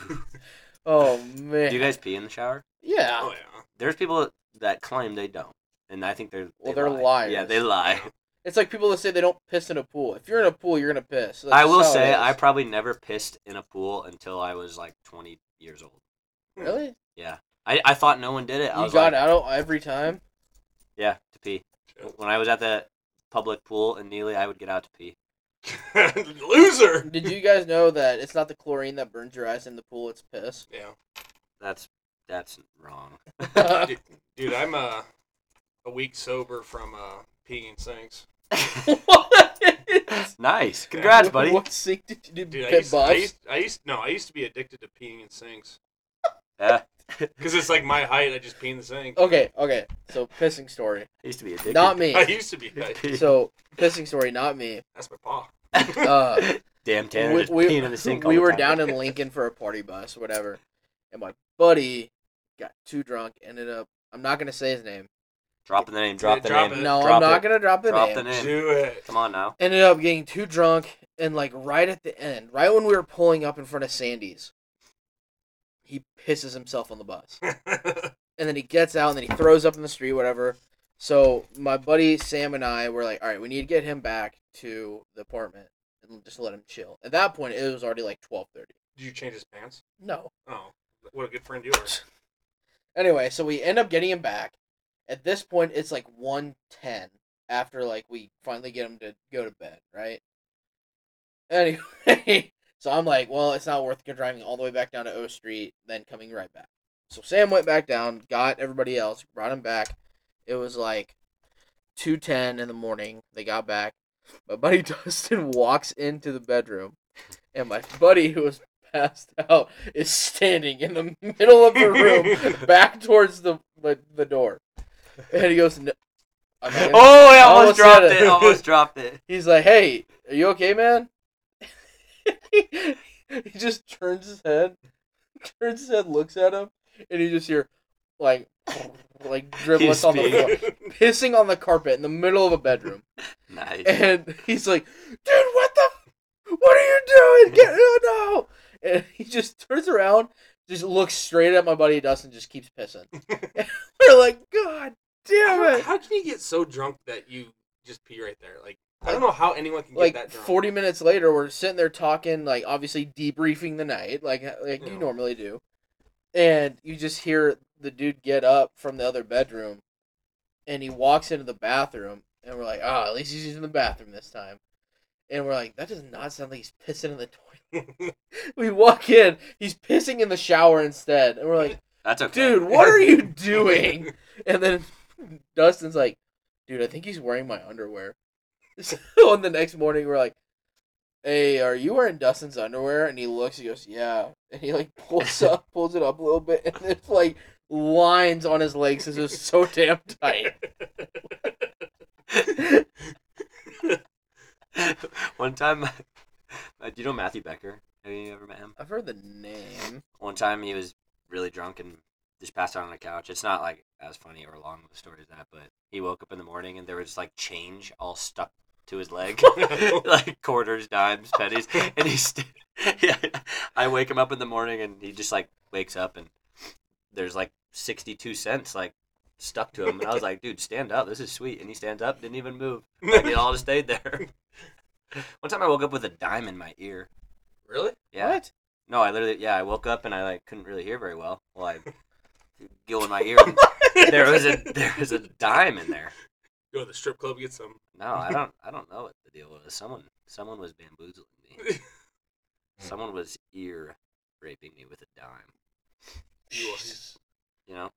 [SPEAKER 2] Oh man.
[SPEAKER 1] you guys pee in the shower?
[SPEAKER 2] yeah.
[SPEAKER 3] Oh yeah.
[SPEAKER 1] there's people that claim they don't, and I think they're they
[SPEAKER 2] Well, they're
[SPEAKER 1] lie.
[SPEAKER 2] liars.
[SPEAKER 1] Yeah, they lie.
[SPEAKER 2] It's like people that say they don't piss in a pool. If you're in a pool, you're gonna piss. That's
[SPEAKER 1] I will
[SPEAKER 2] just how it
[SPEAKER 1] say
[SPEAKER 2] is.
[SPEAKER 1] I probably never pissed in a pool until I was like 20 years old.
[SPEAKER 2] really.
[SPEAKER 1] I, I thought no one did it. I
[SPEAKER 2] You
[SPEAKER 1] was
[SPEAKER 2] got
[SPEAKER 1] like,
[SPEAKER 2] out every time.
[SPEAKER 1] yeah, to pee. When I was at the public pool in Neely, I would get out to pee.
[SPEAKER 3] Loser.
[SPEAKER 2] Did you guys know that it's not the chlorine that burns your eyes in the pool? It's piss.
[SPEAKER 3] Yeah,
[SPEAKER 1] That's that's wrong.
[SPEAKER 2] what?
[SPEAKER 3] dude, I'm uh, a week sober from uh, peeing in sinks.
[SPEAKER 1] nice, congrats, buddy.
[SPEAKER 2] What sink did you do?
[SPEAKER 3] Dude, I
[SPEAKER 2] Pit
[SPEAKER 3] used, I
[SPEAKER 2] bust?
[SPEAKER 3] used, I used, no, I used to be addicted to peeing in sinks
[SPEAKER 1] Yeah,
[SPEAKER 3] because it's like my height. I just pee in the sink.
[SPEAKER 2] Okay, okay. So pissing story,
[SPEAKER 1] I used to be addicted.
[SPEAKER 2] not
[SPEAKER 1] to
[SPEAKER 2] me.
[SPEAKER 3] I used to be. I-
[SPEAKER 1] pee.
[SPEAKER 2] So pissing story, not me.
[SPEAKER 3] That's my pa.
[SPEAKER 2] Uh,
[SPEAKER 1] Damn, Tanner
[SPEAKER 2] we,
[SPEAKER 1] just
[SPEAKER 2] we-
[SPEAKER 1] peeing in the sink. all
[SPEAKER 2] we
[SPEAKER 1] the
[SPEAKER 2] were
[SPEAKER 1] time.
[SPEAKER 2] down in Lincoln for a party bus, whatever, and my buddy got too drunk. Ended up. I'm not gonna say his name.
[SPEAKER 1] Dropping the name. Drop the
[SPEAKER 3] Drop
[SPEAKER 1] name.
[SPEAKER 3] it.
[SPEAKER 2] No, I'm
[SPEAKER 1] drop
[SPEAKER 2] not
[SPEAKER 1] it.
[SPEAKER 2] gonna drop the
[SPEAKER 1] Drop
[SPEAKER 2] name.
[SPEAKER 1] the name.
[SPEAKER 3] Do it.
[SPEAKER 1] Come on now.
[SPEAKER 2] Ended up getting too drunk, and like right at the end, right when we were pulling up in front of Sandy's, he pisses himself on the bus. and then he gets out and then he throws up in the street, whatever. So my buddy Sam and I were like, all right, we need to get him back to the apartment and just let him chill. At that point, it was already like twelve thirty.
[SPEAKER 3] Did you change his pants?
[SPEAKER 2] No.
[SPEAKER 3] Oh, what a good friend you are.
[SPEAKER 2] Anyway, so we end up getting him back. At this point, it's like one ten after like we finally get him to go to bed, right? Anyway, so I'm like, well, it's not worth driving all the way back down to O Street, then coming right back. So Sam went back down, got everybody else, brought him back. It was like two ten in the morning. They got back. My buddy Dustin walks into the bedroom, and my buddy who was passed out is standing in the middle of the room, back towards the the, the door. And he goes, no. I'm not gonna-
[SPEAKER 1] Oh, I
[SPEAKER 2] Almost
[SPEAKER 1] almost, dropped
[SPEAKER 2] said it.
[SPEAKER 1] it. Almost dropped it.
[SPEAKER 2] He's like, "Hey, are you okay, man?" he just turns his head, turns his head, looks at him, and you just hear like like driblets on the floor, pissing on the carpet in the middle of a bedroom.
[SPEAKER 1] Nice.
[SPEAKER 2] And he's like, "Dude, what the? f- What are you doing? Get oh, no!" And he just turns around, just looks straight at my buddy Dustin, just keeps pissing. And we're like, "God damn
[SPEAKER 3] how,
[SPEAKER 2] it!"
[SPEAKER 3] how can you get so drunk that you just pee right there? Like I don't know how anyone can
[SPEAKER 2] like
[SPEAKER 3] get that drunk.
[SPEAKER 2] 40 minutes later we're sitting there talking like obviously debriefing the night like like you
[SPEAKER 3] Yeah.
[SPEAKER 2] normally do and you just hear the dude get up from the other bedroom and he walks into the bathroom and we're like ah at least he's using the bathroom this time and we're like that does not sound like he's pissing in the toilet we walk in he's pissing in the shower instead and we're like
[SPEAKER 1] That's okay.
[SPEAKER 2] dude what are you doing and then Dustin's like, dude, I think he's wearing my underwear. So on the next morning, we're like, hey, are you wearing Dustin's underwear? And he looks, he goes, yeah. And he like pulls up, pulls it up a little bit, and there's like lines on his legs. This is so damn tight.
[SPEAKER 1] One time, uh, do you know Matthew Becker? Have you ever met him?
[SPEAKER 2] I've heard the name.
[SPEAKER 1] One time he was really drunk and just passed out on the couch. It's not like as funny or long of a story as that, but he woke up in the morning and there was like change all stuck to his leg, like quarters, dimes, pennies, and he. St- yeah, I wake him up in the morning and he just like wakes up and there's like sixty-two cents like stuck to him and I was like, dude, stand up. This is sweet. And he stands up, didn't even move. Like, it all just stayed there. One time I woke up with a dime in my ear.
[SPEAKER 3] really?
[SPEAKER 1] Yeah.
[SPEAKER 2] What?
[SPEAKER 1] No, I literally, yeah, I woke up and I like couldn't really hear very well. Well, I go in my ear. And there was a there was a dime in there.
[SPEAKER 3] Go to the strip club get some.
[SPEAKER 1] No, I don't I don't know what the deal was. Someone someone was bamboozling me. Someone was ear raping me with a dime.
[SPEAKER 3] You are-
[SPEAKER 1] You know,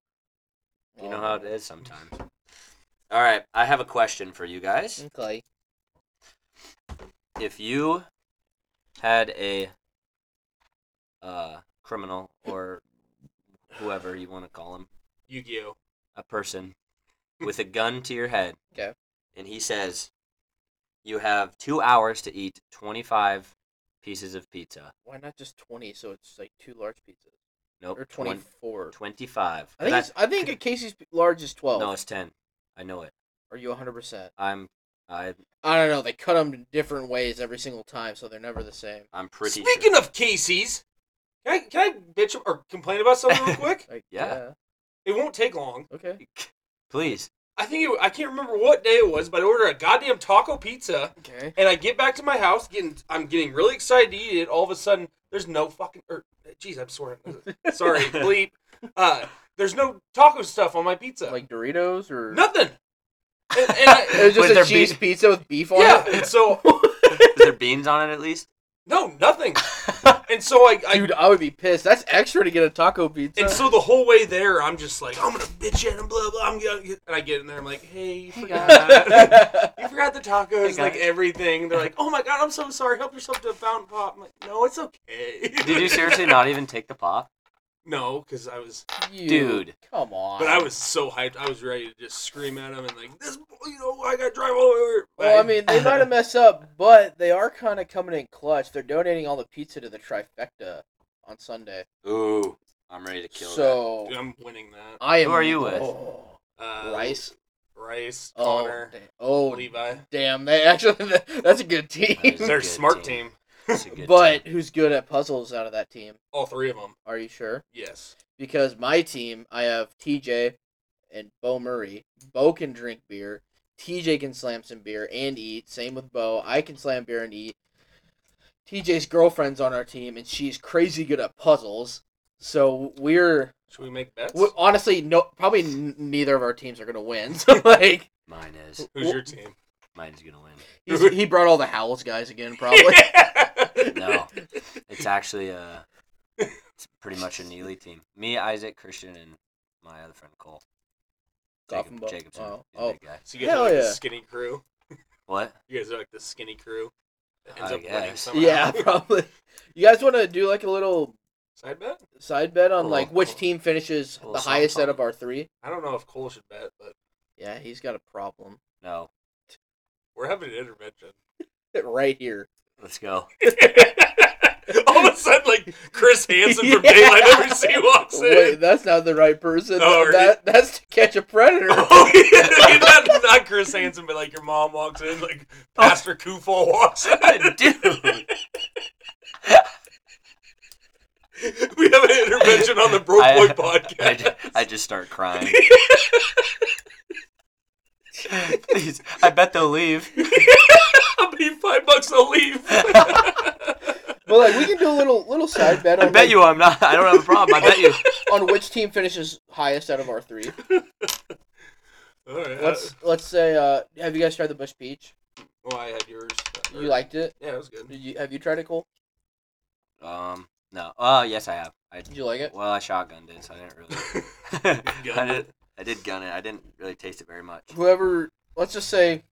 [SPEAKER 1] you know how
[SPEAKER 2] Oh.
[SPEAKER 1] it is sometimes. All right, I have a question for you guys.
[SPEAKER 2] Okay.
[SPEAKER 1] If you had a uh, criminal or whoever you want to call him,
[SPEAKER 3] Yu-Gi-Oh.
[SPEAKER 1] a person with a gun to your head.
[SPEAKER 2] Okay.
[SPEAKER 1] And he says, You have two hours to eat 25 pieces of pizza.
[SPEAKER 2] Why not just 20 so it's like two large pizzas?
[SPEAKER 1] Nope.
[SPEAKER 2] Or
[SPEAKER 1] twen-
[SPEAKER 2] 24.
[SPEAKER 1] 25.
[SPEAKER 2] I think,
[SPEAKER 1] Oh, That-
[SPEAKER 2] it's, I think a Casey's large is 12.
[SPEAKER 1] no, it's 10. I know it.
[SPEAKER 2] Are you 100%?
[SPEAKER 1] I'm I,
[SPEAKER 2] I don't know. They cut them in different ways every single time, so they're never the same.
[SPEAKER 1] I'm pretty
[SPEAKER 3] Speaking
[SPEAKER 1] sure.
[SPEAKER 3] of Casey's, can I, can I bitch or complain about something real quick?
[SPEAKER 2] Like,
[SPEAKER 1] Yeah.
[SPEAKER 3] It won't take long.
[SPEAKER 2] yeah, Okay.
[SPEAKER 1] Please.
[SPEAKER 3] I think it, I can't remember what day it was, but I ordered a goddamn taco pizza,
[SPEAKER 2] Okay.
[SPEAKER 3] and I get back to my house, getting I'm getting really excited to eat it. All of a sudden, there's no fucking. Or, geez, I'm swearing. Sorry, bleep. Uh, there's no taco stuff on my pizza.
[SPEAKER 2] Like Doritos or
[SPEAKER 3] nothing. And, and I,
[SPEAKER 2] It was
[SPEAKER 1] With
[SPEAKER 2] just a
[SPEAKER 1] their
[SPEAKER 2] cheese
[SPEAKER 1] beef-
[SPEAKER 2] pizza with beef on
[SPEAKER 3] yeah,
[SPEAKER 2] it.
[SPEAKER 3] and so
[SPEAKER 1] Is there beans on it at least?
[SPEAKER 3] no, nothing. And so I, I
[SPEAKER 2] Dude, I would be pissed. That's extra to get a taco pizza.
[SPEAKER 3] And so the whole way there, I'm just like, I'm gonna bitch it and blah blah. I'm gonna, and I get in there, I'm like, hey, you forgot, you forgot the tacos,
[SPEAKER 1] Hey,
[SPEAKER 3] like
[SPEAKER 1] guys.
[SPEAKER 3] everything. They're like, oh my god, I'm so sorry. Help yourself to a fountain pop. I'm like, no, it's okay.
[SPEAKER 1] Did you seriously not even take the pop?
[SPEAKER 3] No, because I was,
[SPEAKER 2] You-
[SPEAKER 1] Dude.
[SPEAKER 2] Come on.
[SPEAKER 3] but I was so hyped. I was ready to just scream at him and like, this, you know, I gotta drive all over.
[SPEAKER 2] Well, I mean, they might have messed up, but they are kind of coming in clutch. They're donating all the pizza to the trifecta on Sunday.
[SPEAKER 1] Ooh. I'm ready to kill that.
[SPEAKER 2] so
[SPEAKER 3] Dude, I'm winning that.
[SPEAKER 2] I am.
[SPEAKER 1] Who are you with?
[SPEAKER 2] Oh,
[SPEAKER 3] Uh,
[SPEAKER 2] Rice.
[SPEAKER 3] Rice,
[SPEAKER 2] Oh,
[SPEAKER 3] Connor,
[SPEAKER 2] da- oh,
[SPEAKER 3] Levi.
[SPEAKER 2] damn! They actually, that's a good team.
[SPEAKER 1] That is-
[SPEAKER 3] They're
[SPEAKER 1] Good
[SPEAKER 3] smart
[SPEAKER 1] team.
[SPEAKER 3] team.
[SPEAKER 1] It's a good
[SPEAKER 2] But
[SPEAKER 1] time.
[SPEAKER 2] who's good at puzzles out of that team?
[SPEAKER 3] All three of them.
[SPEAKER 2] Are you sure?
[SPEAKER 3] Yes.
[SPEAKER 2] Because my team, I have TJ, and Bo Murray. Bo can drink beer. TJ can slam some beer and eat. Same with Bo. I can slam beer and eat. TJ's girlfriend's on our team, and she's crazy good at puzzles. So we're,
[SPEAKER 3] Should we make bets?
[SPEAKER 2] we honestly no, probably n- neither of our teams are gonna win. So like,
[SPEAKER 1] Mine is.
[SPEAKER 3] Who's your team?
[SPEAKER 1] Mine is gonna win.
[SPEAKER 2] he's, he brought all the Howls guys again, probably.
[SPEAKER 1] No, it's actually uh, it's pretty much a Neely team. Me, Isaac, Christian, and my other friend Cole. Jacob,
[SPEAKER 2] Goffenbo-
[SPEAKER 1] Jacobson,
[SPEAKER 2] oh,
[SPEAKER 1] he's a
[SPEAKER 2] oh.
[SPEAKER 1] big guy.
[SPEAKER 3] So you guys
[SPEAKER 2] Hell
[SPEAKER 3] are like
[SPEAKER 2] yeah.
[SPEAKER 3] the skinny crew.
[SPEAKER 1] What?
[SPEAKER 3] You guys are like the skinny crew. that
[SPEAKER 1] I
[SPEAKER 3] winning
[SPEAKER 1] guess.
[SPEAKER 3] somehow.
[SPEAKER 2] yeah, probably. You guys want to do like a little
[SPEAKER 3] Side bet?
[SPEAKER 2] side bet on
[SPEAKER 1] Cool.
[SPEAKER 2] like which team finishes
[SPEAKER 1] Cool.
[SPEAKER 2] the
[SPEAKER 1] Sometime.
[SPEAKER 2] highest out of our three?
[SPEAKER 3] I don't know if Cole should bet, but
[SPEAKER 2] Yeah, he's got a problem
[SPEAKER 1] No,
[SPEAKER 3] we're having an intervention.
[SPEAKER 2] right here.
[SPEAKER 1] let's go.
[SPEAKER 3] All of a sudden, like Chris Hansen from
[SPEAKER 2] Yeah.
[SPEAKER 3] Daylight Never See walks in.
[SPEAKER 2] Wait, that's not the right person.
[SPEAKER 3] No,
[SPEAKER 2] That- that, that's to catch a predator.
[SPEAKER 3] Oh, yeah, not, not Chris Hansen, but like your mom walks in, like
[SPEAKER 2] Oh.
[SPEAKER 3] Pastor Kufal walks in.
[SPEAKER 1] Dude,
[SPEAKER 3] We have an intervention on the Broke
[SPEAKER 1] I-
[SPEAKER 3] Boy
[SPEAKER 1] I,
[SPEAKER 3] podcast.
[SPEAKER 1] ju- I just start crying. Please, I bet they'll leave.
[SPEAKER 3] I'll pay you five bucks to leave.
[SPEAKER 2] But like we can do a little little side bet on
[SPEAKER 1] I bet
[SPEAKER 2] like,
[SPEAKER 1] you I'm not. I don't have a problem. I bet you.
[SPEAKER 2] on which team finishes highest out of our three.
[SPEAKER 3] All right.
[SPEAKER 2] Let's let's say uh have you guys tried the Bush Peach?
[SPEAKER 3] well, oh, I had yours.
[SPEAKER 2] You liked it?
[SPEAKER 3] Yeah, it was good.
[SPEAKER 2] Did you, have you tried it, Cole?
[SPEAKER 1] Um, no. Oh, yes, I have. I
[SPEAKER 2] Did you like it?
[SPEAKER 1] well, I shotgunned it, so I didn't really. I
[SPEAKER 3] Gunned
[SPEAKER 1] did.
[SPEAKER 3] it.
[SPEAKER 1] I did gun it. I didn't really taste it very much.
[SPEAKER 2] Whoever let's just say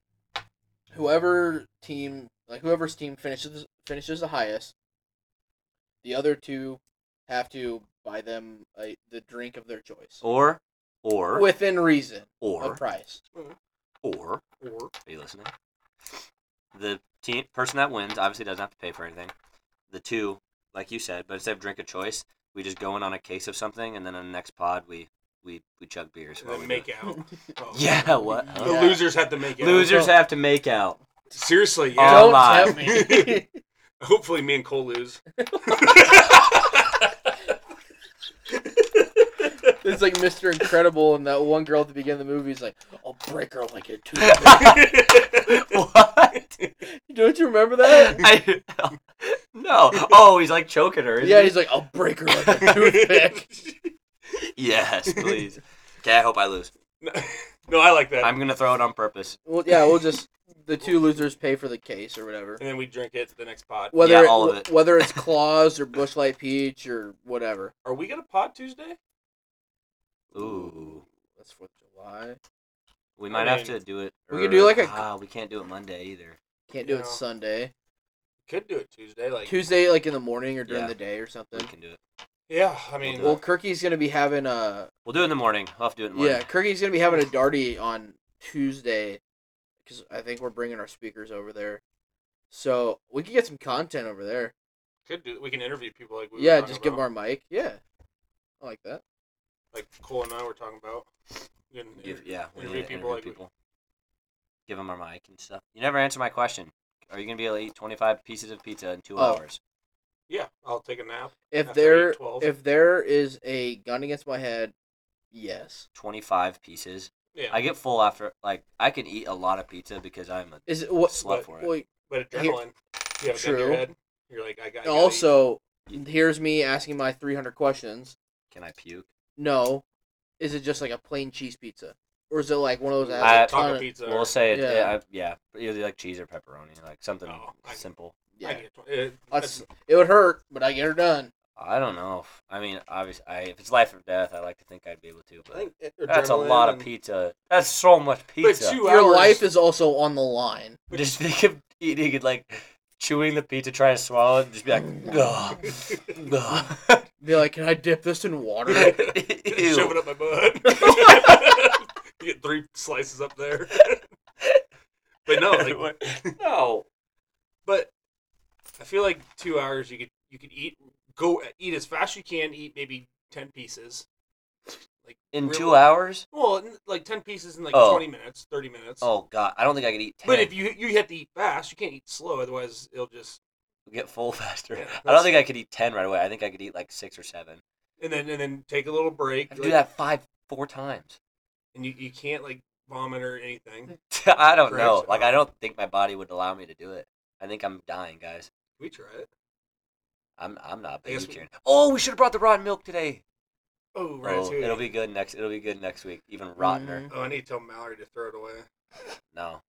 [SPEAKER 2] whoever team like whoever's team finishes finishes the highest, the other two have to buy them a, the drink of their choice
[SPEAKER 1] Or, or,
[SPEAKER 2] within reason
[SPEAKER 1] or,
[SPEAKER 2] of price.
[SPEAKER 1] or.
[SPEAKER 3] Or
[SPEAKER 1] Are you listening? The team person that wins obviously doesn't have to pay for anything. The two, like you said, but instead of drink of choice, we just go in on a case of something, and then on the next pod we we we chug beers.
[SPEAKER 3] and
[SPEAKER 1] while
[SPEAKER 3] then
[SPEAKER 1] we do
[SPEAKER 3] make
[SPEAKER 1] it.
[SPEAKER 3] out. Oh.
[SPEAKER 1] Yeah. What?
[SPEAKER 2] The
[SPEAKER 3] The
[SPEAKER 1] Huh?
[SPEAKER 2] Yeah.
[SPEAKER 3] losers have to make out.
[SPEAKER 1] Losers
[SPEAKER 2] So-
[SPEAKER 1] have to make out.
[SPEAKER 3] Seriously,
[SPEAKER 1] Oh,
[SPEAKER 3] yeah.
[SPEAKER 2] Don't
[SPEAKER 1] my.
[SPEAKER 2] tempt me.
[SPEAKER 3] Hopefully, me and Cole lose.
[SPEAKER 2] It's like Mr. Incredible and that one girl at the beginning of the movie is like, I'll break her like a tooth.
[SPEAKER 1] what?
[SPEAKER 2] Don't you remember that?
[SPEAKER 1] I, no. Oh, he's like choking her. Isn't
[SPEAKER 2] yeah,
[SPEAKER 1] he?
[SPEAKER 2] he's like, I'll break her like a toothpick.
[SPEAKER 1] Yes, please. Okay, I hope I lose.
[SPEAKER 3] no, I like that.
[SPEAKER 1] I'm gonna throw it on purpose.
[SPEAKER 2] well, yeah, we'll just the two losers pay for the case or whatever.
[SPEAKER 3] and then we drink it the next pod.
[SPEAKER 2] Whether
[SPEAKER 1] Yeah,
[SPEAKER 2] it-
[SPEAKER 1] all of it.
[SPEAKER 2] whether it's claws or bushlight peach or whatever.
[SPEAKER 3] Are we gonna pod Tuesday?
[SPEAKER 1] Ooh,
[SPEAKER 2] that's Fourth of July.
[SPEAKER 1] we
[SPEAKER 3] I
[SPEAKER 1] might have
[SPEAKER 3] mean-
[SPEAKER 1] to do it.
[SPEAKER 2] We could do like a-
[SPEAKER 1] Ah, we can't do it Monday either.
[SPEAKER 2] Can't do
[SPEAKER 3] Yeah.
[SPEAKER 2] it Sunday.
[SPEAKER 3] Could do it Tuesday. Like
[SPEAKER 2] Tuesday, like in the morning or during
[SPEAKER 1] Yeah.
[SPEAKER 2] the day or
[SPEAKER 1] We
[SPEAKER 2] something.
[SPEAKER 1] can do it.
[SPEAKER 3] yeah, I mean,
[SPEAKER 2] Well, Kirky's gonna be having a
[SPEAKER 1] We'll do it in the morning. I'll have to do it in the morning.
[SPEAKER 2] Yeah, Kirky's gonna be having a darty on Tuesday, because I think we're bringing our speakers over there, so we could get some content over there.
[SPEAKER 3] could do. We can interview people like we were
[SPEAKER 2] yeah,
[SPEAKER 3] talking
[SPEAKER 2] just give
[SPEAKER 3] about,
[SPEAKER 2] 'em our mic. Yeah, I like that.
[SPEAKER 3] like Cole and I were talking about. We can
[SPEAKER 1] Give-
[SPEAKER 3] inter-
[SPEAKER 1] yeah, we
[SPEAKER 3] interview
[SPEAKER 1] need to
[SPEAKER 3] people
[SPEAKER 1] interview
[SPEAKER 3] like we-
[SPEAKER 1] people. Give them our mic and stuff. You never answer my question. Are you gonna be able to eat 25 pieces of pizza in two
[SPEAKER 2] Oh.
[SPEAKER 1] hours?
[SPEAKER 3] Yeah, I'll take a nap.
[SPEAKER 2] If
[SPEAKER 3] After
[SPEAKER 2] there,
[SPEAKER 3] 8:12.
[SPEAKER 2] if there is a gun against my head, yes.
[SPEAKER 1] 25 pieces.
[SPEAKER 3] Yeah,
[SPEAKER 1] I get full after. Like I can eat a lot of pizza because I'm a
[SPEAKER 2] Is it what?
[SPEAKER 1] slut
[SPEAKER 3] but-
[SPEAKER 1] for it.
[SPEAKER 2] Wait.
[SPEAKER 3] but
[SPEAKER 2] here-
[SPEAKER 3] adrenaline. You have a gun to
[SPEAKER 2] True.
[SPEAKER 3] your head. You're like, I got. I gotta
[SPEAKER 2] Also, here's me asking my 300 questions.
[SPEAKER 1] Can I puke?
[SPEAKER 2] No, is it just like a plain cheese pizza, or is it like one of those?
[SPEAKER 3] eat
[SPEAKER 2] that
[SPEAKER 1] I-
[SPEAKER 2] has a ton
[SPEAKER 3] taco
[SPEAKER 2] of-
[SPEAKER 3] pizza. or-
[SPEAKER 1] We'll say it.
[SPEAKER 2] Yeah.
[SPEAKER 1] Yeah, I, yeah, either like cheese or pepperoni, like something
[SPEAKER 3] Oh, I-
[SPEAKER 1] simple.
[SPEAKER 3] I
[SPEAKER 2] Yeah,
[SPEAKER 3] get tw- it-
[SPEAKER 2] That's- it would hurt, but I get her done.
[SPEAKER 1] I don't know. if- I mean, obviously, I, if it's life or death, I like to think I'd be able to.
[SPEAKER 3] I
[SPEAKER 1] But
[SPEAKER 3] think it-
[SPEAKER 1] that's a
[SPEAKER 3] adrenaline
[SPEAKER 1] lot of
[SPEAKER 3] and-
[SPEAKER 1] pizza. That's so much pizza.
[SPEAKER 3] But two
[SPEAKER 2] Your
[SPEAKER 3] hours,
[SPEAKER 2] life is also on the line.
[SPEAKER 1] Just think of eating it like chewing the pizza, trying to swallow it, and just be like, ugh, ugh.
[SPEAKER 2] Be like, can I dip this in water?
[SPEAKER 1] Ew.
[SPEAKER 3] Shove it up my butt. you get three slices up there. but no, like,
[SPEAKER 1] no.
[SPEAKER 3] but I feel like two hours you could you could eat go eat as fast as you can eat maybe ten pieces.
[SPEAKER 1] In two
[SPEAKER 3] Really?
[SPEAKER 1] hours?
[SPEAKER 3] Well, n- like ten pieces in like
[SPEAKER 1] Oh.
[SPEAKER 3] twenty minutes, thirty minutes.
[SPEAKER 1] Oh god, I don't think I could eat ten.
[SPEAKER 3] But if you you have to eat fast, you can't eat slow. Otherwise, it'll just
[SPEAKER 1] get full faster,
[SPEAKER 3] Yeah,
[SPEAKER 1] I don't
[SPEAKER 3] that's-
[SPEAKER 1] think I could eat ten right away. I think I could eat like six or seven.
[SPEAKER 3] and then and then take a little break.
[SPEAKER 1] I could do
[SPEAKER 3] like-
[SPEAKER 1] that five, four times.
[SPEAKER 3] and you, you can't like vomit or anything. Can
[SPEAKER 1] I don't know.
[SPEAKER 3] Correct.
[SPEAKER 1] Like I don't think my body would allow me to do it. I think I'm dying, guys.
[SPEAKER 3] we try it?
[SPEAKER 1] I'm I'm not
[SPEAKER 3] I guess we-
[SPEAKER 1] vegetarian. Oh, we should have brought the rotten milk today.
[SPEAKER 3] Oh, right.
[SPEAKER 1] Oh, it'll be good next. It'll be good next week. Even rottener.
[SPEAKER 3] Oh, I need to tell Mallory to throw it away.
[SPEAKER 1] No,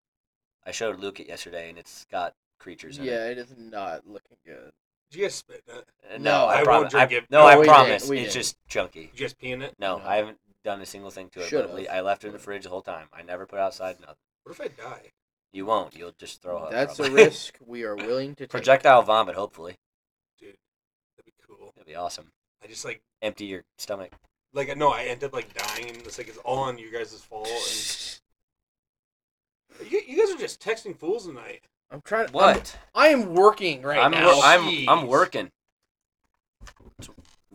[SPEAKER 1] I showed Luke it yesterday, and it's got creatures in it.
[SPEAKER 2] Yeah, it is not looking good.
[SPEAKER 3] Did you guys spit in it?
[SPEAKER 1] Uh,
[SPEAKER 2] No,
[SPEAKER 1] No, I,
[SPEAKER 3] I
[SPEAKER 1] promise.
[SPEAKER 3] won't
[SPEAKER 1] I,
[SPEAKER 3] drink it.
[SPEAKER 1] no,
[SPEAKER 2] No,
[SPEAKER 1] I
[SPEAKER 2] we didn't.
[SPEAKER 1] promise.
[SPEAKER 2] We
[SPEAKER 1] It's
[SPEAKER 2] didn't.
[SPEAKER 1] just chunky.
[SPEAKER 3] Did you guys pee in it?
[SPEAKER 1] No,
[SPEAKER 2] No.
[SPEAKER 1] I haven't done a single thing to it.
[SPEAKER 2] Should've.
[SPEAKER 1] lately. I left it in the fridge the whole time. I never put it outside. Nothing.
[SPEAKER 3] What if I die?
[SPEAKER 1] You won't. You'll just throw up.
[SPEAKER 2] That's a
[SPEAKER 1] probably.
[SPEAKER 2] risk we are willing to take.
[SPEAKER 1] Projectile vomit. Hopefully,
[SPEAKER 3] Dude, that'd be cool.
[SPEAKER 1] it'll be awesome.
[SPEAKER 3] I just like
[SPEAKER 1] Empty your stomach.
[SPEAKER 3] like no, I end up like dying. and It's like it's all on you guys' fault. And you, you guys are just texting fools tonight.
[SPEAKER 2] I'm trying. I'm,
[SPEAKER 1] What?
[SPEAKER 2] I am working right
[SPEAKER 1] I'm
[SPEAKER 2] now.
[SPEAKER 1] wor- I'm I'm
[SPEAKER 3] Jeez.
[SPEAKER 1] working.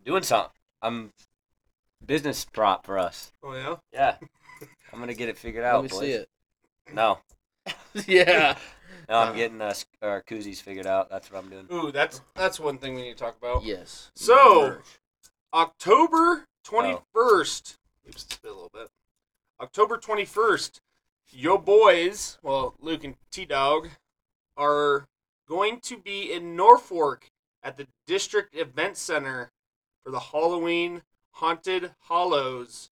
[SPEAKER 1] Doing something. I'm business prop for us.
[SPEAKER 3] Oh yeah.
[SPEAKER 1] Yeah. I'm gonna get it figured
[SPEAKER 2] Let
[SPEAKER 1] out,
[SPEAKER 2] me
[SPEAKER 1] boys.
[SPEAKER 2] see it.
[SPEAKER 1] No,
[SPEAKER 2] yeah.
[SPEAKER 1] no, I'm
[SPEAKER 2] Uh.
[SPEAKER 1] getting uh, s- our koozies figured out. That's what I'm doing.
[SPEAKER 3] Ooh, that's that's one thing we need to talk about.
[SPEAKER 2] Yes.
[SPEAKER 3] So-
[SPEAKER 2] Merch.
[SPEAKER 3] October 21st. Oops, it's been a little bit. October 21st, yo boys, well, Luke and T Dog, are going to be in Norfolk at the District Event Center for the Halloween Haunted Hollows.